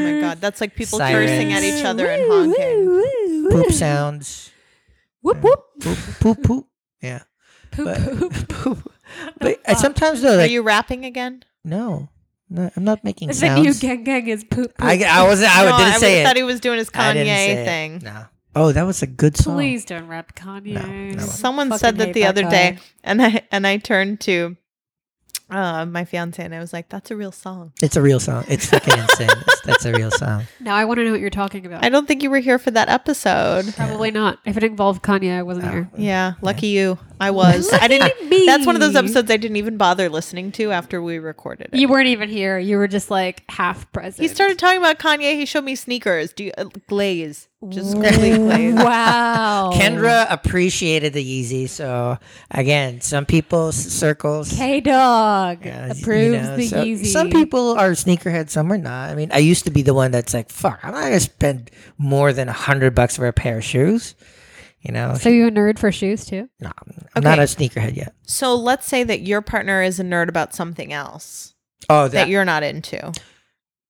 Speaker 1: my God, that's like people
Speaker 2: Sirens.
Speaker 1: cursing at each other and honking.
Speaker 3: Woo, woo,
Speaker 2: poop sounds.
Speaker 3: Whoop whoop.
Speaker 2: Poop, poop, poop. Yeah.
Speaker 3: Poop
Speaker 2: But-
Speaker 3: poop.
Speaker 2: Poop. But I sometimes though,
Speaker 1: Are
Speaker 2: like,
Speaker 1: you rapping again?
Speaker 2: no, no, I'm not making
Speaker 3: The new
Speaker 2: sounds.
Speaker 3: gang gang is poop. poop.
Speaker 2: I, I wasn't. I
Speaker 1: No,
Speaker 2: didn't
Speaker 1: I
Speaker 2: say
Speaker 1: would've thought
Speaker 2: it.
Speaker 1: he was doing his
Speaker 2: I didn't say
Speaker 1: Kanye
Speaker 2: it.
Speaker 1: thing.
Speaker 2: No. Oh, that was a good song.
Speaker 3: Please don't rap Kanye.
Speaker 2: No, no.
Speaker 1: Someone
Speaker 3: Fucking
Speaker 1: said that
Speaker 3: hate
Speaker 1: the
Speaker 3: that
Speaker 1: other
Speaker 3: guy.
Speaker 1: day, and I and I turned to uh, my fiance and I was like, "That's a real song."
Speaker 2: It's a real song. It's fucking insane. It's- That's a real song.
Speaker 3: Now I want to know what you're talking about.
Speaker 1: I don't think you were here for that episode.
Speaker 3: Probably not. If it involved Kanye, I wasn't here.
Speaker 1: Yeah, lucky you. I was. I didn't.
Speaker 3: me.
Speaker 1: That's one of those episodes I didn't even bother listening to after we recorded it.
Speaker 3: You weren't even here. You were just like half present.
Speaker 1: he started talking about Kanye. He showed me sneakers. Do you, uh, glaze? Just complete glaze.
Speaker 3: wow.
Speaker 2: Kendra appreciated the Yeezy. So again, some people's circles.
Speaker 3: K Dog
Speaker 2: Yeah, you
Speaker 3: approves
Speaker 2: know,
Speaker 3: the
Speaker 2: so-
Speaker 3: Yeezy.
Speaker 2: Some people are sneakerheads, some are not. I mean, I used to be the one that's like, "Fuck, I'm not gonna spend more than a hundred bucks for a pair of shoes." You know,
Speaker 3: So you a nerd for shoes too?
Speaker 2: no, I'm not
Speaker 1: Okay.
Speaker 2: a sneakerhead yet.
Speaker 1: So let's say that your partner is a nerd about something else
Speaker 2: Oh,
Speaker 1: that
Speaker 2: that
Speaker 1: you're not into.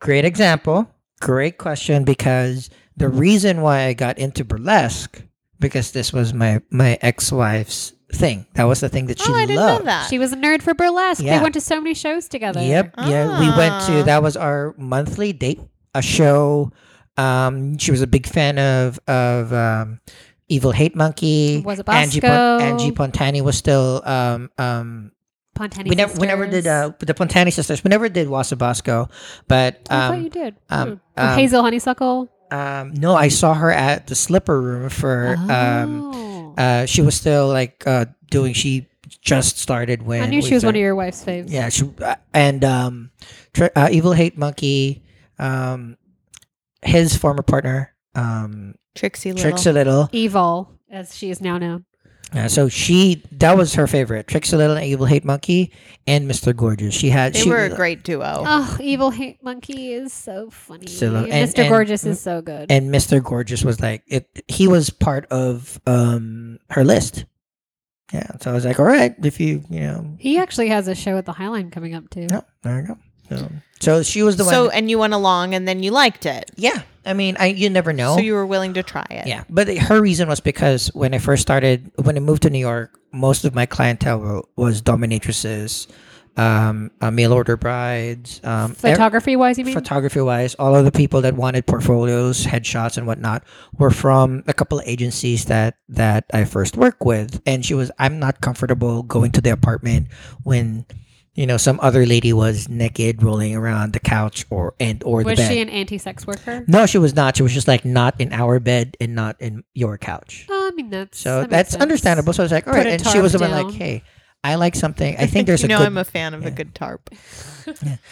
Speaker 2: great example, great question. Because the reason why I got into burlesque because this was my my ex wife's thing. That was the thing that she
Speaker 1: oh, I didn't
Speaker 2: loved.
Speaker 1: know that.
Speaker 3: She was a nerd for burlesque. They
Speaker 2: Yeah.
Speaker 3: went to so many shows together.
Speaker 2: Yep. Yeah. We went
Speaker 1: Ah.
Speaker 2: to that was our monthly date a show. Um, she was a big fan of of um, Evil Hate Monkey.
Speaker 3: Was it
Speaker 2: Angie,
Speaker 3: Bosco?
Speaker 2: Angie Pontani was still um, um,
Speaker 3: Pontani
Speaker 2: we never we never did uh, the Pontani sisters. We never did Wasabasco, but
Speaker 3: Oh, I thought
Speaker 2: um,
Speaker 3: you did.
Speaker 2: um,
Speaker 3: Hmm.
Speaker 2: um,
Speaker 3: Hazel Honeysuckle.
Speaker 2: um, no, I saw her at the Slipper Room for. Um,
Speaker 3: Oh.
Speaker 2: uh, she was still like uh, doing. She just started when
Speaker 3: I knew
Speaker 2: we
Speaker 3: she was one
Speaker 2: started-
Speaker 3: of your wife's faves.
Speaker 2: yeah, she, uh, and um, Tre- uh, Evil Hate Monkey, um, his former partner, um,
Speaker 1: Trixie Little.
Speaker 2: Trixie Little.
Speaker 3: Evil, as she is now known.
Speaker 2: Uh, so she that was her favorite. Trixie Little and Evil Hate Monkey and Mr. Gorgeous. She had
Speaker 1: They
Speaker 2: she,
Speaker 1: were a great duo.
Speaker 3: Oh, Evil Hate Monkey is so funny.
Speaker 2: So, and-
Speaker 3: Mr.
Speaker 2: and-
Speaker 3: Gorgeous is so good.
Speaker 2: and Mr. Gorgeous was like it. He was part of um her list. Yeah, so I was like, all right, if you you know,
Speaker 3: he actually has a show at the Highline coming up too.
Speaker 2: no, there you go. So, so she was the one.
Speaker 1: so, and you went along and then you liked it.
Speaker 2: yeah, I mean, I you never know.
Speaker 1: So you were willing to try it.
Speaker 2: Yeah, but her reason was because when I first started, when I moved to New York, most of my clientele were, was dominatrices, um, uh, mail order brides, um,
Speaker 3: Photography wise, you mean?
Speaker 2: photography wise. All of the people that wanted portfolios, headshots, and whatnot were from a couple of agencies that that I first worked with. And she was, I'm not comfortable going to the apartment when. You know, some other lady was naked, rolling around the couch or and or the
Speaker 3: was
Speaker 2: bed.
Speaker 3: she an anti sex worker?
Speaker 2: No, she was not. She was just like not in our bed and not in your couch.
Speaker 3: Oh, I mean, that's.
Speaker 2: So
Speaker 3: that makes
Speaker 2: that's
Speaker 3: sense.
Speaker 2: understandable. So I was like, all
Speaker 3: Put
Speaker 2: right.
Speaker 3: a
Speaker 2: And she
Speaker 3: tarp
Speaker 2: was the one like,
Speaker 3: down.
Speaker 2: hey, I like something. I think there's
Speaker 1: you
Speaker 2: a
Speaker 1: know,
Speaker 2: good.
Speaker 1: I'm a fan of a good tarp.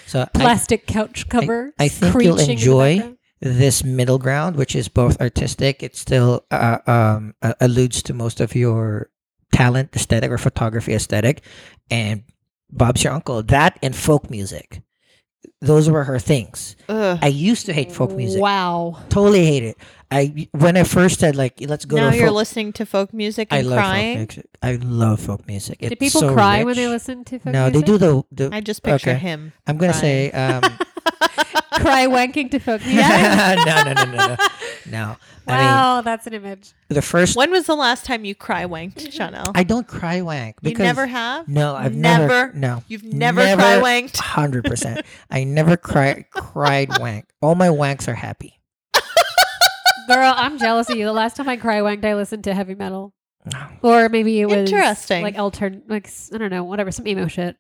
Speaker 2: so I,
Speaker 3: Plastic couch cover.
Speaker 2: I think you'll
Speaker 3: screeching in the
Speaker 2: enjoy
Speaker 3: background.
Speaker 2: this middle ground, which is both artistic. It still uh, um, uh, alludes to most of your talent aesthetic or photography aesthetic, and Bob's your uncle. That and folk music. Those were her things.
Speaker 1: Ugh.
Speaker 2: I used to hate folk music.
Speaker 3: Wow.
Speaker 2: Totally hate it. I when I first said like let's go
Speaker 1: now
Speaker 2: to a
Speaker 1: you're
Speaker 2: folk
Speaker 1: listening to folk music
Speaker 2: I
Speaker 1: and
Speaker 2: love folk
Speaker 1: crying.
Speaker 2: music. I love folk music. It's
Speaker 3: Do people
Speaker 2: so
Speaker 3: cry
Speaker 2: rich.
Speaker 3: when they listen to folk
Speaker 2: No,
Speaker 3: music?
Speaker 2: they do the. the
Speaker 1: I just picture
Speaker 2: Okay.
Speaker 1: him.
Speaker 2: I'm gonna
Speaker 1: crying.
Speaker 2: say. Um,
Speaker 3: Cry wanking to folk music.
Speaker 2: no, no, no, no, no. No, I mean
Speaker 3: Wow, that's an image.
Speaker 2: the first.
Speaker 1: When was the last time you cry
Speaker 3: Mm-hmm.
Speaker 1: wanked, Chanel?
Speaker 2: I don't cry wank
Speaker 1: you
Speaker 2: because
Speaker 1: never have?
Speaker 2: No, I've
Speaker 1: Never?
Speaker 2: never. No,
Speaker 1: You've never cry wanked?
Speaker 2: Hundred percent. I never cry cried wank. All my wanks are happy.
Speaker 3: Girl, I'm jealous of you. The last time I cry wanked, I listened to heavy metal.
Speaker 2: Oh.
Speaker 3: Or maybe it was
Speaker 1: Interesting.
Speaker 3: like altern like s- I don't know, whatever, some emo shit.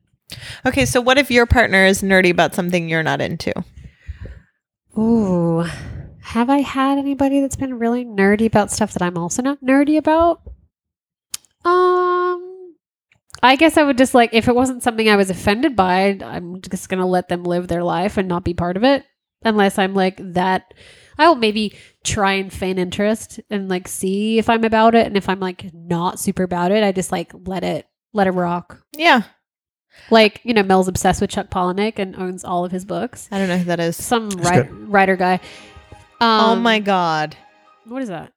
Speaker 1: Okay, so what if your partner is nerdy about something you're not into?
Speaker 3: Ooh. Have I had anybody that's been really nerdy about stuff that I'm also not nerdy about? Um I guess I would just like if it wasn't something I was offended by, I'd- I'm just going to let them live their life and not be part of it unless I'm like that I will maybe try and feign interest and like see if I'm about it and if I'm like not super about it, I just like let it let it rock.
Speaker 1: Yeah.
Speaker 3: Like, you know, Mel's obsessed with Chuck Palahniuk and owns all of his books
Speaker 1: I don't know who that is.
Speaker 3: some writer, writer guy. Um,
Speaker 1: oh my God.
Speaker 3: What is that?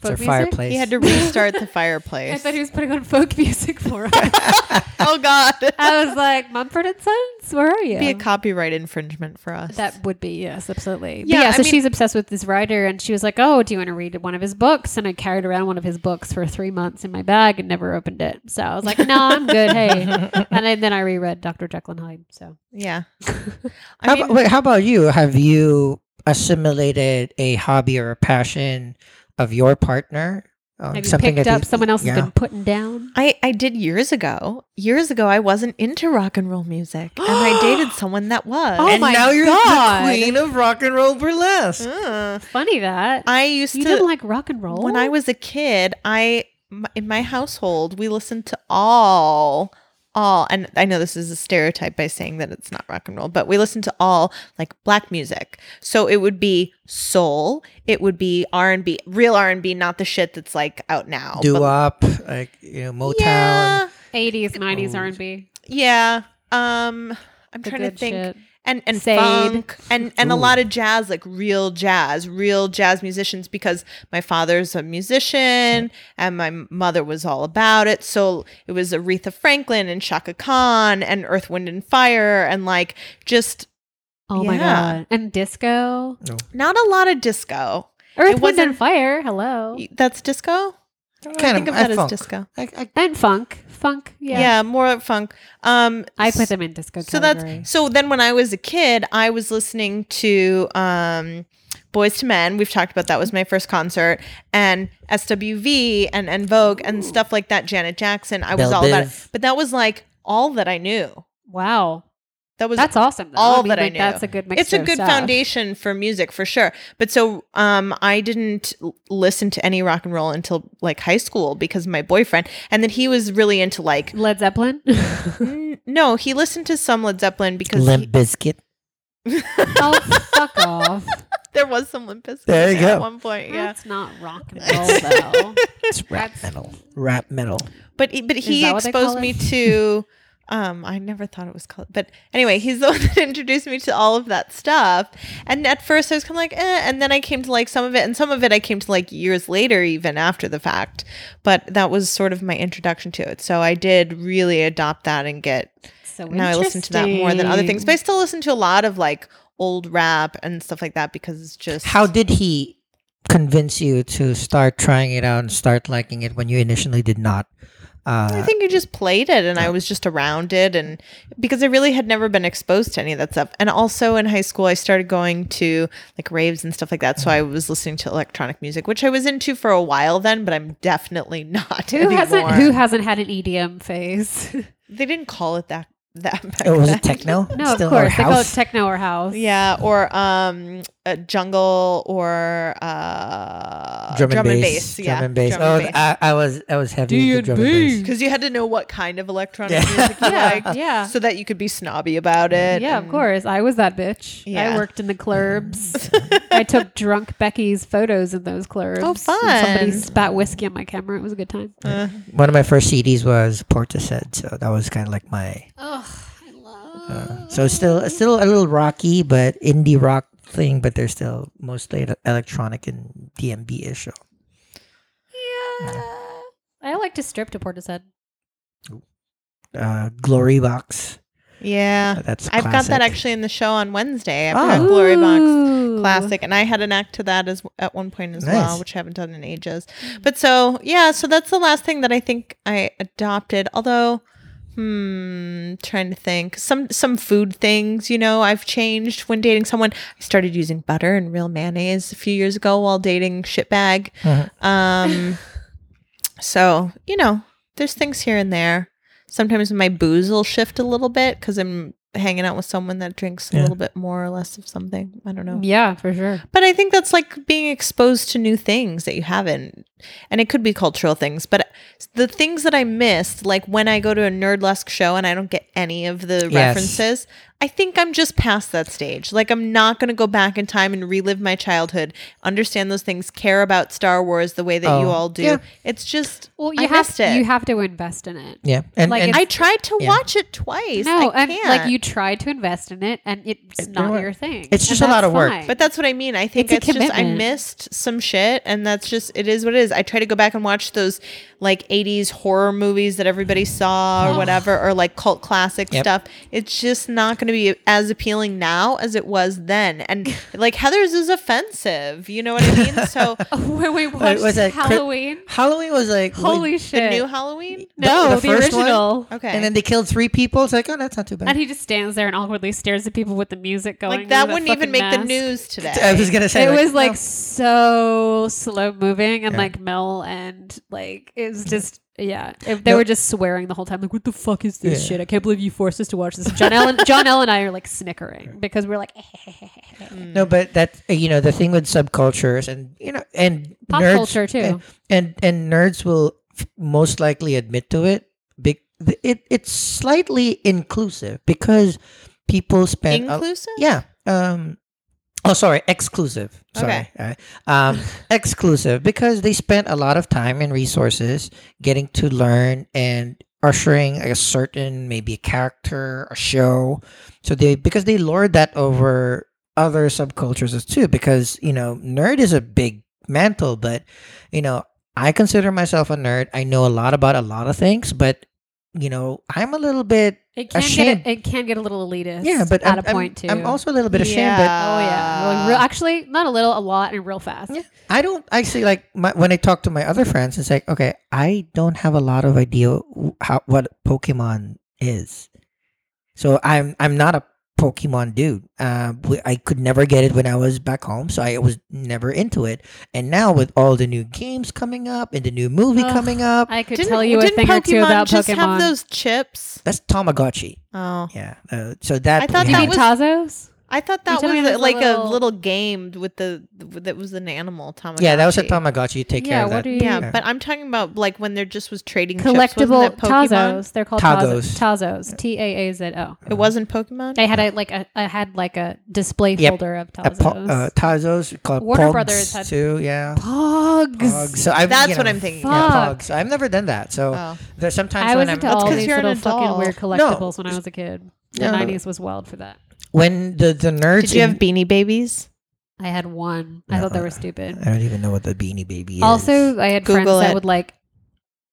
Speaker 2: It's our
Speaker 3: Folk music?
Speaker 2: fireplace.
Speaker 1: He had to restart the
Speaker 3: I
Speaker 1: fireplace.
Speaker 3: thought he was putting on folk music for us.
Speaker 1: oh God,
Speaker 3: I was like, Mumford and Sons, where are you?
Speaker 1: be a copyright infringement for us.
Speaker 3: That would be yes, absolutely. But
Speaker 1: Yeah,
Speaker 3: Yeah.
Speaker 1: I
Speaker 3: so
Speaker 1: mean-
Speaker 3: she's obsessed with this writer, and she was like, "Oh, do you want to read one of his books?" And I carried around one of his books for three months in my bag and never opened it. So I was like, "No, I'm good." Hey, and I, then I reread Dr. Jekyll and Hyde. So
Speaker 1: yeah.
Speaker 2: how,
Speaker 1: I mean,
Speaker 2: about, wait, how about you? Have you assimilated a hobby or a passion of your partner? Um,
Speaker 3: have you
Speaker 2: something
Speaker 3: picked
Speaker 2: that
Speaker 3: up
Speaker 2: you-
Speaker 3: someone else has
Speaker 2: yeah.
Speaker 3: been putting down?
Speaker 1: I, I did years ago. Years ago, I wasn't into rock and roll music, and I dated someone that was.
Speaker 3: Oh
Speaker 2: and
Speaker 3: my
Speaker 2: now you're
Speaker 3: God.
Speaker 2: the queen of rock and roll burlesque.
Speaker 1: Mm.
Speaker 3: Funny that
Speaker 1: I used
Speaker 3: you
Speaker 1: to
Speaker 3: didn't like rock and roll
Speaker 1: when I was a kid. I m- in my household we listened to all all, and I know this is a stereotype by saying that it's not rock and roll, but we listened to all like black music. So it would be soul, it would be R and B, real R and B, not the shit that's like out now. but-
Speaker 2: Do up, Oh, like you know, Motown.
Speaker 1: Yeah,
Speaker 3: eighties, nineties R and B.
Speaker 1: yeah. Um, I'm
Speaker 3: The
Speaker 1: trying to
Speaker 3: good
Speaker 1: think.
Speaker 3: shit.
Speaker 1: and and
Speaker 3: Sade.
Speaker 1: funk and and a
Speaker 2: Ooh.
Speaker 1: lot of jazz like real jazz real jazz musicians because my father's a musician and my mother was all about it so it was Aretha Franklin and Shaka Khan and Earth Wind and Fire and like just
Speaker 3: Oh my
Speaker 1: Yeah.
Speaker 3: god! And disco,
Speaker 1: not a lot of disco
Speaker 3: Earth, Wind,
Speaker 1: wasn't-
Speaker 3: and Fire. Hello,
Speaker 1: that's disco I
Speaker 2: Kind
Speaker 1: think
Speaker 2: of
Speaker 1: of that
Speaker 2: I
Speaker 1: as
Speaker 2: funk.
Speaker 1: disco
Speaker 2: I, I,
Speaker 3: and funk, funk.
Speaker 1: yeah.
Speaker 3: Yeah,
Speaker 1: more funk um
Speaker 3: I put them in disco.
Speaker 1: so
Speaker 3: category.
Speaker 1: that's so then when i was a kid i was listening to um boys to men we've talked about that was my first concert and swv and and vogue and stuff like that janet jackson i was
Speaker 2: Belle
Speaker 1: all about it
Speaker 2: Biv.
Speaker 1: but that was like all that i knew
Speaker 3: wow.
Speaker 1: that was
Speaker 3: That's awesome. Though.
Speaker 1: all
Speaker 3: I mean,
Speaker 1: that I
Speaker 3: like,
Speaker 1: knew.
Speaker 3: That's a good mix.
Speaker 1: it's a good foundation for music for sure but so um i didn't l- listen to any rock and roll until like high school because my boyfriend and then he was really into like
Speaker 3: Led Zeppelin. oh
Speaker 1: n- no he listened to some led zeppelin because he-
Speaker 2: Limp Biscuit.
Speaker 3: Oh, fuck off!
Speaker 1: There was some Limp Bizkit
Speaker 2: There you
Speaker 1: in there at
Speaker 2: go.
Speaker 1: one point, yeah.
Speaker 3: That's not rock and roll though.
Speaker 2: It's rap
Speaker 3: That's-
Speaker 2: metal. Rap metal.
Speaker 1: But he- but he
Speaker 3: that what they call
Speaker 1: exposed
Speaker 3: it?
Speaker 1: me to. Um, I never thought it was called, but anyway, he's the one that introduced me to all of that stuff. And at first, I was kind of like, eh, and then I came to like some of it, and some of it I came to like years later, even after the fact. But that was sort of my introduction to it. So I did really adopt that and get.
Speaker 3: So
Speaker 1: Now I listen to that more than other things, but I
Speaker 3: interesting.
Speaker 1: still listen to a lot of like old rap and stuff like that because it's just
Speaker 2: How did he convince you to start trying it out and start liking it when you initially did not?
Speaker 1: I
Speaker 2: Uh,
Speaker 1: think you just played it and I was just around it and because I really had never been exposed to any of that stuff. And also in high school I started going to like raves and stuff like that.
Speaker 2: Mm-hmm.
Speaker 1: So I was listening to electronic music, which I was into for a while then, but I'm definitely not
Speaker 3: who
Speaker 1: anymore.
Speaker 3: hasn't who hasn't had an EDM phase?
Speaker 1: they didn't call it that that back
Speaker 2: oh, was
Speaker 1: then.
Speaker 2: it techno?
Speaker 3: no,
Speaker 2: Still
Speaker 3: of course
Speaker 2: our
Speaker 3: they call it
Speaker 2: house?
Speaker 3: techno or house.
Speaker 1: Yeah, or um a jungle or uh
Speaker 2: drum and,
Speaker 1: bass,
Speaker 2: bass,
Speaker 1: yeah.
Speaker 2: Drum and bass. oh, I, I was I was heavy into drum and bass.
Speaker 1: because you had to know what kind of electronic
Speaker 2: Yeah.
Speaker 1: music you
Speaker 3: yeah,
Speaker 1: liked,
Speaker 3: yeah.
Speaker 1: so that you could be snobby about it.
Speaker 3: yeah, of
Speaker 1: and-
Speaker 3: course. I was that bitch.
Speaker 1: Yeah.
Speaker 3: I worked in the clubs. I took drunk Becky's photos in those clubs.
Speaker 1: Oh,
Speaker 3: And
Speaker 1: fun.
Speaker 3: Somebody spat whiskey on my camera. It was a good time.
Speaker 1: Uh,
Speaker 2: One of my first CDs was Portishead, so that was kind of like my.
Speaker 3: Oh, I love.
Speaker 2: Uh, so it's still it's still a little rocky, but indie rock thing, but they're still mostly ele- electronic and DMB ish.
Speaker 3: I like to strip to Portishead.
Speaker 2: Uh, Glory Box.
Speaker 3: Uh,
Speaker 2: Uh,
Speaker 1: yeah.
Speaker 2: That's
Speaker 1: I've got that
Speaker 2: classic.
Speaker 1: actually in the show on Wednesday. I've
Speaker 2: Oh.
Speaker 1: got Ah. Glory Box
Speaker 3: Ooh.
Speaker 1: classic, and I had an act to that as at one point as well,
Speaker 2: Nice.
Speaker 1: which I haven't done in ages. But so yeah, so that's the last thing that I think I adopted. Although, hmm, trying to think some some food things. You know, I've changed when dating someone. I started using butter and real mayonnaise a few years ago while dating shitbag.
Speaker 2: Mhm.
Speaker 1: Um, so you know, there's things here and there. Sometimes my booze will shift a little bit because I'm hanging out with someone that drinks a
Speaker 2: Yeah.
Speaker 1: little bit more or less of something. I don't know.
Speaker 3: Yeah, for sure.
Speaker 1: But I think that's like being exposed to new things that you haven't. And it could be cultural things, but the things that I missed, like when I go to a nerdlesque show and I don't get any of the
Speaker 2: Yes.
Speaker 1: references, I think I'm just past that stage. Like I'm not going to go back in time and relive my childhood, understand those things, care about Star Wars the way that you
Speaker 2: Oh,
Speaker 1: all do.
Speaker 2: yeah.
Speaker 1: It's just
Speaker 3: Well, you
Speaker 1: I
Speaker 3: have
Speaker 1: missed it.
Speaker 3: you have to invest in it.
Speaker 2: Yeah, and,
Speaker 3: Like
Speaker 2: and
Speaker 1: I tried to
Speaker 2: Yeah.
Speaker 1: watch it twice.
Speaker 3: No,
Speaker 1: I
Speaker 3: and
Speaker 1: can't.
Speaker 3: like you try to invest in it, and it's
Speaker 2: It-
Speaker 3: not
Speaker 2: there
Speaker 3: your
Speaker 2: were-
Speaker 3: thing.
Speaker 2: it's
Speaker 3: And
Speaker 2: just a lot
Speaker 3: that's
Speaker 2: of work.
Speaker 3: fine.
Speaker 1: But that's what I mean. I think
Speaker 3: It's a
Speaker 1: it's, just I
Speaker 3: commitment.
Speaker 1: missed some shit, and that's just it is what it is. is. I try to go back and watch those like 80s horror movies that everybody saw or whatever, or like cult classic
Speaker 2: Yep.
Speaker 1: stuff. It's just not going to be as appealing now as it was then. And like Heather's is offensive. You know what I mean? So
Speaker 3: when we
Speaker 2: Wait,
Speaker 3: watched
Speaker 2: was that cri-
Speaker 3: Halloween.
Speaker 2: Halloween was like what-
Speaker 3: Holy
Speaker 1: the
Speaker 3: shit!
Speaker 1: new Halloween?
Speaker 2: the
Speaker 3: no, the,
Speaker 2: first one?
Speaker 3: original.
Speaker 1: Okay.
Speaker 2: And then they killed three people. It's like, oh, that's not too bad.
Speaker 3: And he just stands there and awkwardly stares at people with the music going.
Speaker 1: like that
Speaker 3: with
Speaker 1: wouldn't even
Speaker 3: fucking
Speaker 1: make the
Speaker 3: mask.
Speaker 1: news today.
Speaker 2: I was gonna say
Speaker 3: It was like
Speaker 2: no.
Speaker 3: so slow moving and
Speaker 2: Yeah.
Speaker 3: like Mel and like it was just yeah If they
Speaker 2: No.
Speaker 3: were just swearing the whole time like what the fuck is this
Speaker 2: Yeah.
Speaker 3: shit I can't believe you forced us to watch this John Ellen John L and I are like snickering because we're like
Speaker 1: Hmm.
Speaker 2: no, but that uh, you know the thing with subcultures and you know and
Speaker 3: Pop
Speaker 2: nerds, eh,
Speaker 3: culture, too.
Speaker 2: and, and and nerds will f- most likely admit to it. Big, it it's slightly inclusive because people spend a-
Speaker 1: Inclusive?
Speaker 2: Yeah. Um, oh, sorry, exclusive. Sorry.
Speaker 1: Okay.
Speaker 2: All right. Um, exclusive because they spent a lot of time and resources getting to learn and ushering a certain maybe a character, a show. So they because they lord that over other subcultures as too because you know nerd is a big mantle, but you know I consider myself a nerd. I know a lot about a lot of things, but you know I'm a little bit
Speaker 3: it
Speaker 2: can
Speaker 3: can
Speaker 2: get- Ashamed.
Speaker 3: get it can get a little elitist
Speaker 2: yeah, but I'm,
Speaker 3: at a
Speaker 2: I'm,
Speaker 3: point too
Speaker 2: I'm also a little bit ashamed. But
Speaker 3: oh yeah Like, real, actually not a little a lot and real fast
Speaker 2: Yeah. I don't actually like my, when I talk to my other friends. It's like, okay, I don't have a lot of idea w- how what Pokemon is, so I'm I'm not a Pokemon dude. Uh, we- I could never get it when I was back home, so I was never into it. And now with all the new games coming up and the new movie
Speaker 3: Ugh,
Speaker 2: coming up,
Speaker 3: I could
Speaker 1: Didn't-
Speaker 3: tell you a
Speaker 1: didn't
Speaker 3: thing or two
Speaker 1: Pokemon
Speaker 3: about
Speaker 1: just
Speaker 3: Pokemon
Speaker 1: have those chips?
Speaker 2: that's Tamagotchi.
Speaker 1: Oh.
Speaker 2: Yeah, uh, so that
Speaker 1: I thought
Speaker 2: we
Speaker 3: you
Speaker 1: that
Speaker 2: have-
Speaker 1: was-
Speaker 3: mean Tazos
Speaker 1: I thought
Speaker 3: You're
Speaker 1: that was
Speaker 3: telling me
Speaker 1: a-
Speaker 3: there's a
Speaker 1: like a
Speaker 3: little-
Speaker 1: little game with the that was an animal. Tamagotchi.
Speaker 2: yeah, that was a Tamagotchi. You take care
Speaker 3: Yeah,
Speaker 2: of
Speaker 3: what
Speaker 2: that.
Speaker 3: do you-
Speaker 1: Yeah,
Speaker 2: Yeah.
Speaker 1: but I'm talking about like when there just was trading chips.
Speaker 3: collectible
Speaker 1: Wasn't that Pokemon?
Speaker 3: Tazos they're called Tazos
Speaker 2: Tazos.
Speaker 3: Tazos T A A Z O
Speaker 1: It wasn't Pokemon.
Speaker 3: They had a like a I had like a display
Speaker 2: Yep.
Speaker 3: folder of
Speaker 2: A
Speaker 3: Tazos.
Speaker 2: po- uh, Tazos called
Speaker 3: Warner
Speaker 2: Pogs
Speaker 3: Brothers had-
Speaker 2: too. Yeah. Pogs.
Speaker 3: Pogs.
Speaker 2: So I've,
Speaker 1: That's
Speaker 2: you
Speaker 1: what
Speaker 2: know,
Speaker 1: I'm thinking.
Speaker 3: Fuck. Uh,
Speaker 2: Yeah, Pogs. I've never done that. So
Speaker 1: Oh.
Speaker 2: there's sometimes
Speaker 3: I was
Speaker 2: when I'm
Speaker 3: into all
Speaker 1: 'cause
Speaker 3: these
Speaker 1: you're an
Speaker 3: little fucking
Speaker 1: adult.
Speaker 3: weird collectibles when I was a kid. The
Speaker 2: No.
Speaker 3: 90s was wild for that.
Speaker 2: when the the nerds.
Speaker 1: Did you have
Speaker 2: in-
Speaker 1: Beanie Babies?
Speaker 3: I had one.
Speaker 2: No,
Speaker 3: I thought they
Speaker 2: uh,
Speaker 3: were stupid.
Speaker 2: I don't even know what the Beanie Baby is.
Speaker 3: Also, I had friends
Speaker 1: Google it.
Speaker 3: that would like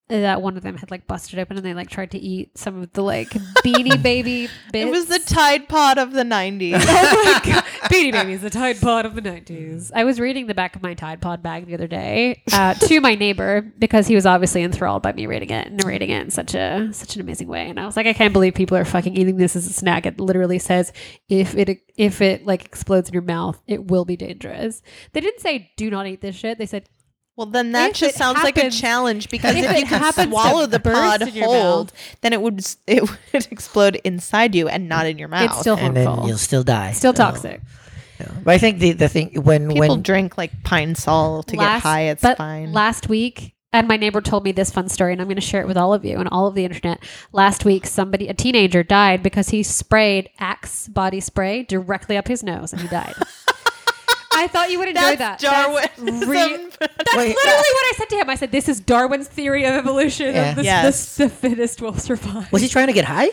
Speaker 3: that one of them had like busted open and they like tried to eat some of the like beanie baby bits.
Speaker 1: It was the Tide Pod of the '90s.
Speaker 3: oh my god. Beanie Babies, the Tide Pod of the 90s. I was reading the back of my Tide Pod bag the other day uh, to my neighbor because he was obviously enthralled by me reading it and narrating it in such a such an amazing way. And I was like, I can't believe people are fucking eating this as a snack. It literally says if it if it like explodes in your mouth, it will be dangerous. They didn't say do not eat this shit. They said
Speaker 1: Well, then that
Speaker 3: If
Speaker 1: just
Speaker 3: it
Speaker 1: sounds like a
Speaker 3: happens-
Speaker 1: challenge because
Speaker 3: if
Speaker 1: if
Speaker 3: it
Speaker 1: you could
Speaker 3: happens to
Speaker 1: swallow the
Speaker 3: burst
Speaker 1: pod
Speaker 3: in your
Speaker 1: whole, then it would s- it would explode inside you and not in your mouth.
Speaker 3: it's still
Speaker 2: and then
Speaker 3: harmful.
Speaker 2: you'll still die.
Speaker 3: Still
Speaker 2: So,
Speaker 3: toxic.
Speaker 2: yeah. But I think the the thing when
Speaker 1: People
Speaker 2: when
Speaker 1: drink like pine sol to get high. It's
Speaker 3: but
Speaker 1: fine.
Speaker 3: Last week, and my neighbor told me this fun story, and I'm going to share it with all of you and all of the internet. Last week, somebody, a teenager, died because he sprayed Axe body spray directly up his nose, and he died. I thought you would enjoy
Speaker 1: That's
Speaker 3: that.
Speaker 1: Darwinism.
Speaker 3: That's, re- that's
Speaker 2: Wait.
Speaker 3: literally what I said to him. I said, "This is Darwin's theory of evolution.
Speaker 2: Yeah.
Speaker 3: Of the,
Speaker 1: Yes.
Speaker 3: the, the fittest will survive."
Speaker 2: was he trying to get high?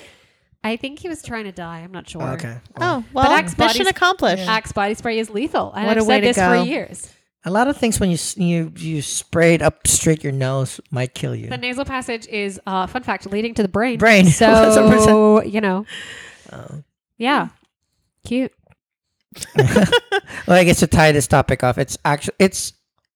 Speaker 3: I think he was trying to die. I'm not sure.
Speaker 2: Okay. Well,
Speaker 1: oh well,
Speaker 3: Axe
Speaker 1: mission
Speaker 3: bodies-
Speaker 1: accomplished.
Speaker 3: Axe body spray is lethal. And
Speaker 1: What
Speaker 3: I've
Speaker 1: a way
Speaker 3: said
Speaker 1: to
Speaker 3: this for
Speaker 1: go.
Speaker 3: years.
Speaker 2: A lot of things when you s- you you spray it up straight your nose might kill you.
Speaker 3: The nasal passage is, uh, fun fact, leading to the brain.
Speaker 2: Brain,
Speaker 3: So
Speaker 2: 100%.
Speaker 3: you know,
Speaker 2: Oh.
Speaker 3: yeah, cute.
Speaker 2: well, I guess to tie this topic off, it's actually it's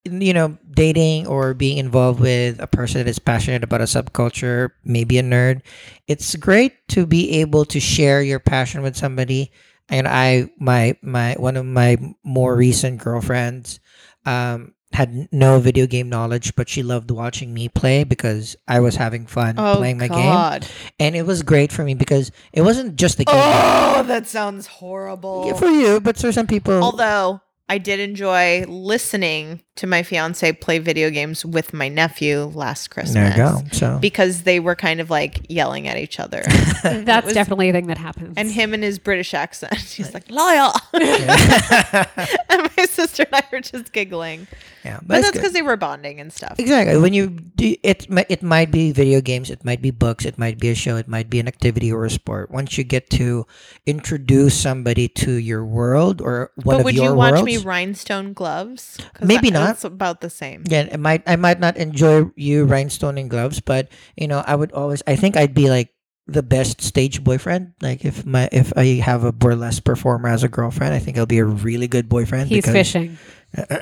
Speaker 2: you know dating or being involved with a person that is passionate about a subculture, maybe a nerd. It's great to be able to share your passion with somebody. And I, my my one of my more recent girlfriends, um, had n- no video game knowledge, but she loved watching me play because I was having fun
Speaker 1: Oh
Speaker 2: playing my game,
Speaker 1: God.
Speaker 2: and it was great for me because it wasn't just the game
Speaker 1: Oh, that sounds horrible.
Speaker 2: Yeah, for you, but for some people.
Speaker 1: Although I did enjoy listening to my fiance play video games with my nephew last Christmas.
Speaker 2: there you go. So
Speaker 1: Because they were kind of like yelling at each other.
Speaker 3: That's
Speaker 1: was-
Speaker 3: definitely a thing that happens.
Speaker 1: and him in his British accent. He's like, liar. and my sister and I were just giggling.
Speaker 2: Yeah, but,
Speaker 1: But
Speaker 2: it's
Speaker 1: that's
Speaker 2: good.
Speaker 1: because they were bonding and stuff.
Speaker 2: exactly when you do it, mi- it might be video games, it might be books, it might be a show, it might be an activity or a sport. Once you get to introduce somebody to your world or one
Speaker 1: But
Speaker 2: of
Speaker 1: would
Speaker 2: your
Speaker 1: you watch
Speaker 2: worlds,
Speaker 1: me rhinestone gloves? 'Cause
Speaker 2: Maybe
Speaker 1: I-
Speaker 2: not.
Speaker 1: it's about the same.
Speaker 2: Yeah, I might I might not enjoy you rhinestone and gloves, but you know, I would always I think I'd be like the best stage boyfriend. Like if my if I have a burlesque performer as a girlfriend, I think I'll be a really good boyfriend.
Speaker 3: He's
Speaker 2: because-
Speaker 3: fishing.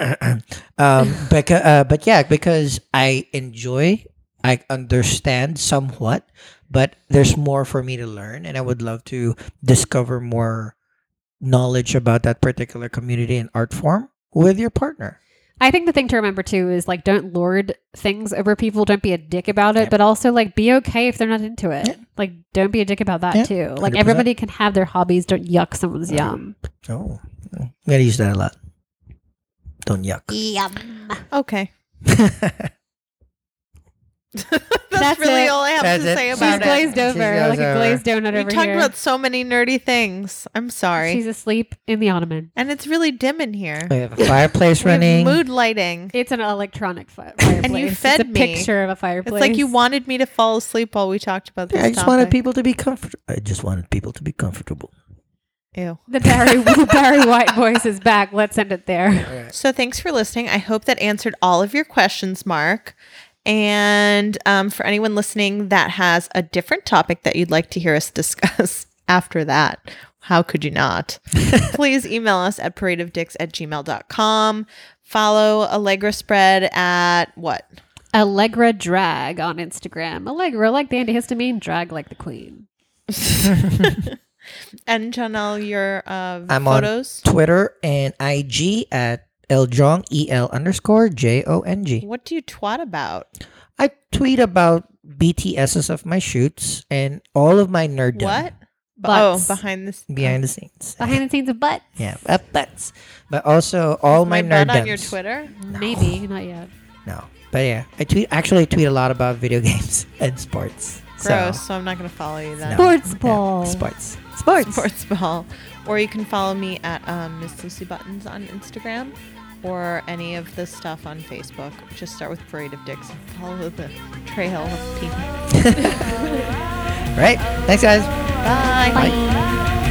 Speaker 2: um, but uh, but yeah, because I enjoy, I understand somewhat, but there's more for me to learn, and I would love to discover more knowledge about that particular community and art form with your partner.
Speaker 3: I think the thing to remember too is like don't lord things over people. Don't be a dick about it, but also like be okay if they're not into it.
Speaker 2: Yeah.
Speaker 3: Like don't be a dick about that
Speaker 2: Yeah,
Speaker 3: too. Like
Speaker 2: 100%.
Speaker 3: everybody can have their hobbies. Don't yuck someone's yum.
Speaker 2: Oh, I'm gonna use that a lot. Don't yuck.
Speaker 3: Yum.
Speaker 1: Okay. That's,
Speaker 3: That's
Speaker 1: really
Speaker 3: it.
Speaker 1: all I have
Speaker 2: That's
Speaker 1: to
Speaker 2: it.
Speaker 1: say
Speaker 2: She's
Speaker 3: She's
Speaker 1: about it.
Speaker 3: glazed
Speaker 2: She's
Speaker 3: over like
Speaker 2: glazed
Speaker 3: a
Speaker 2: over.
Speaker 3: glazed donut
Speaker 1: We
Speaker 3: over
Speaker 1: talked
Speaker 3: here.
Speaker 1: about so many nerdy things. I'm sorry.
Speaker 3: She's asleep in the ottoman.
Speaker 1: and it's really dim in here.
Speaker 2: We have a fireplace
Speaker 1: We have
Speaker 2: running.
Speaker 1: mood lighting.
Speaker 3: It's an electronic fi- fireplace.
Speaker 1: fed
Speaker 3: it's a
Speaker 1: me.
Speaker 3: picture of a
Speaker 1: It's
Speaker 3: fireplace.
Speaker 1: like you wanted me to fall asleep while we talked about this.
Speaker 2: I just wanted
Speaker 1: topic.
Speaker 2: people to be comfortable. I just wanted people to be comfortable.
Speaker 1: Ew.
Speaker 3: the Barry the Barry White voice is back. Let's end it there.
Speaker 1: So thanks for listening. I hope that answered all of your questions, Mark. And um, for anyone listening that has a different topic that you'd like to hear us discuss after that, how could you not? Please email us at paradeofdicks at gmail.com. Follow Allegra Spread at what?
Speaker 3: Allegra drag on Instagram. Allegra like the antihistamine, drag like the queen.
Speaker 1: And Janelle, your uh,
Speaker 2: I'm on-
Speaker 1: photos.
Speaker 2: Twitter and IG at eljong e l underscore j o n g.
Speaker 1: What do you twat about?
Speaker 2: I tweet about BTSs of my shoots and all of my nerddom
Speaker 1: What?
Speaker 3: Butts.
Speaker 1: Oh, behind this.
Speaker 2: behind the scenes.
Speaker 3: Behind the scenes of butt.
Speaker 2: Yeah, uh, butts. But also all my,
Speaker 1: my
Speaker 2: nerd
Speaker 1: butt
Speaker 2: nerddom.
Speaker 1: on your Twitter.
Speaker 3: Maybe, not yet.
Speaker 2: No, but yeah, I tweet actually I tweet a lot about video games and sports. So,
Speaker 1: Gross. So, I'm not going to follow you then.
Speaker 2: no.
Speaker 3: Sports
Speaker 2: Yeah,
Speaker 3: ball.
Speaker 2: sports. Sports.
Speaker 1: sports ball or you can follow me at um, miss lucy buttons on instagram or any of the stuff on facebook just start with parade of dicks and follow the trail of people
Speaker 2: Right. Thanks, guys.
Speaker 1: bye.
Speaker 2: Bye.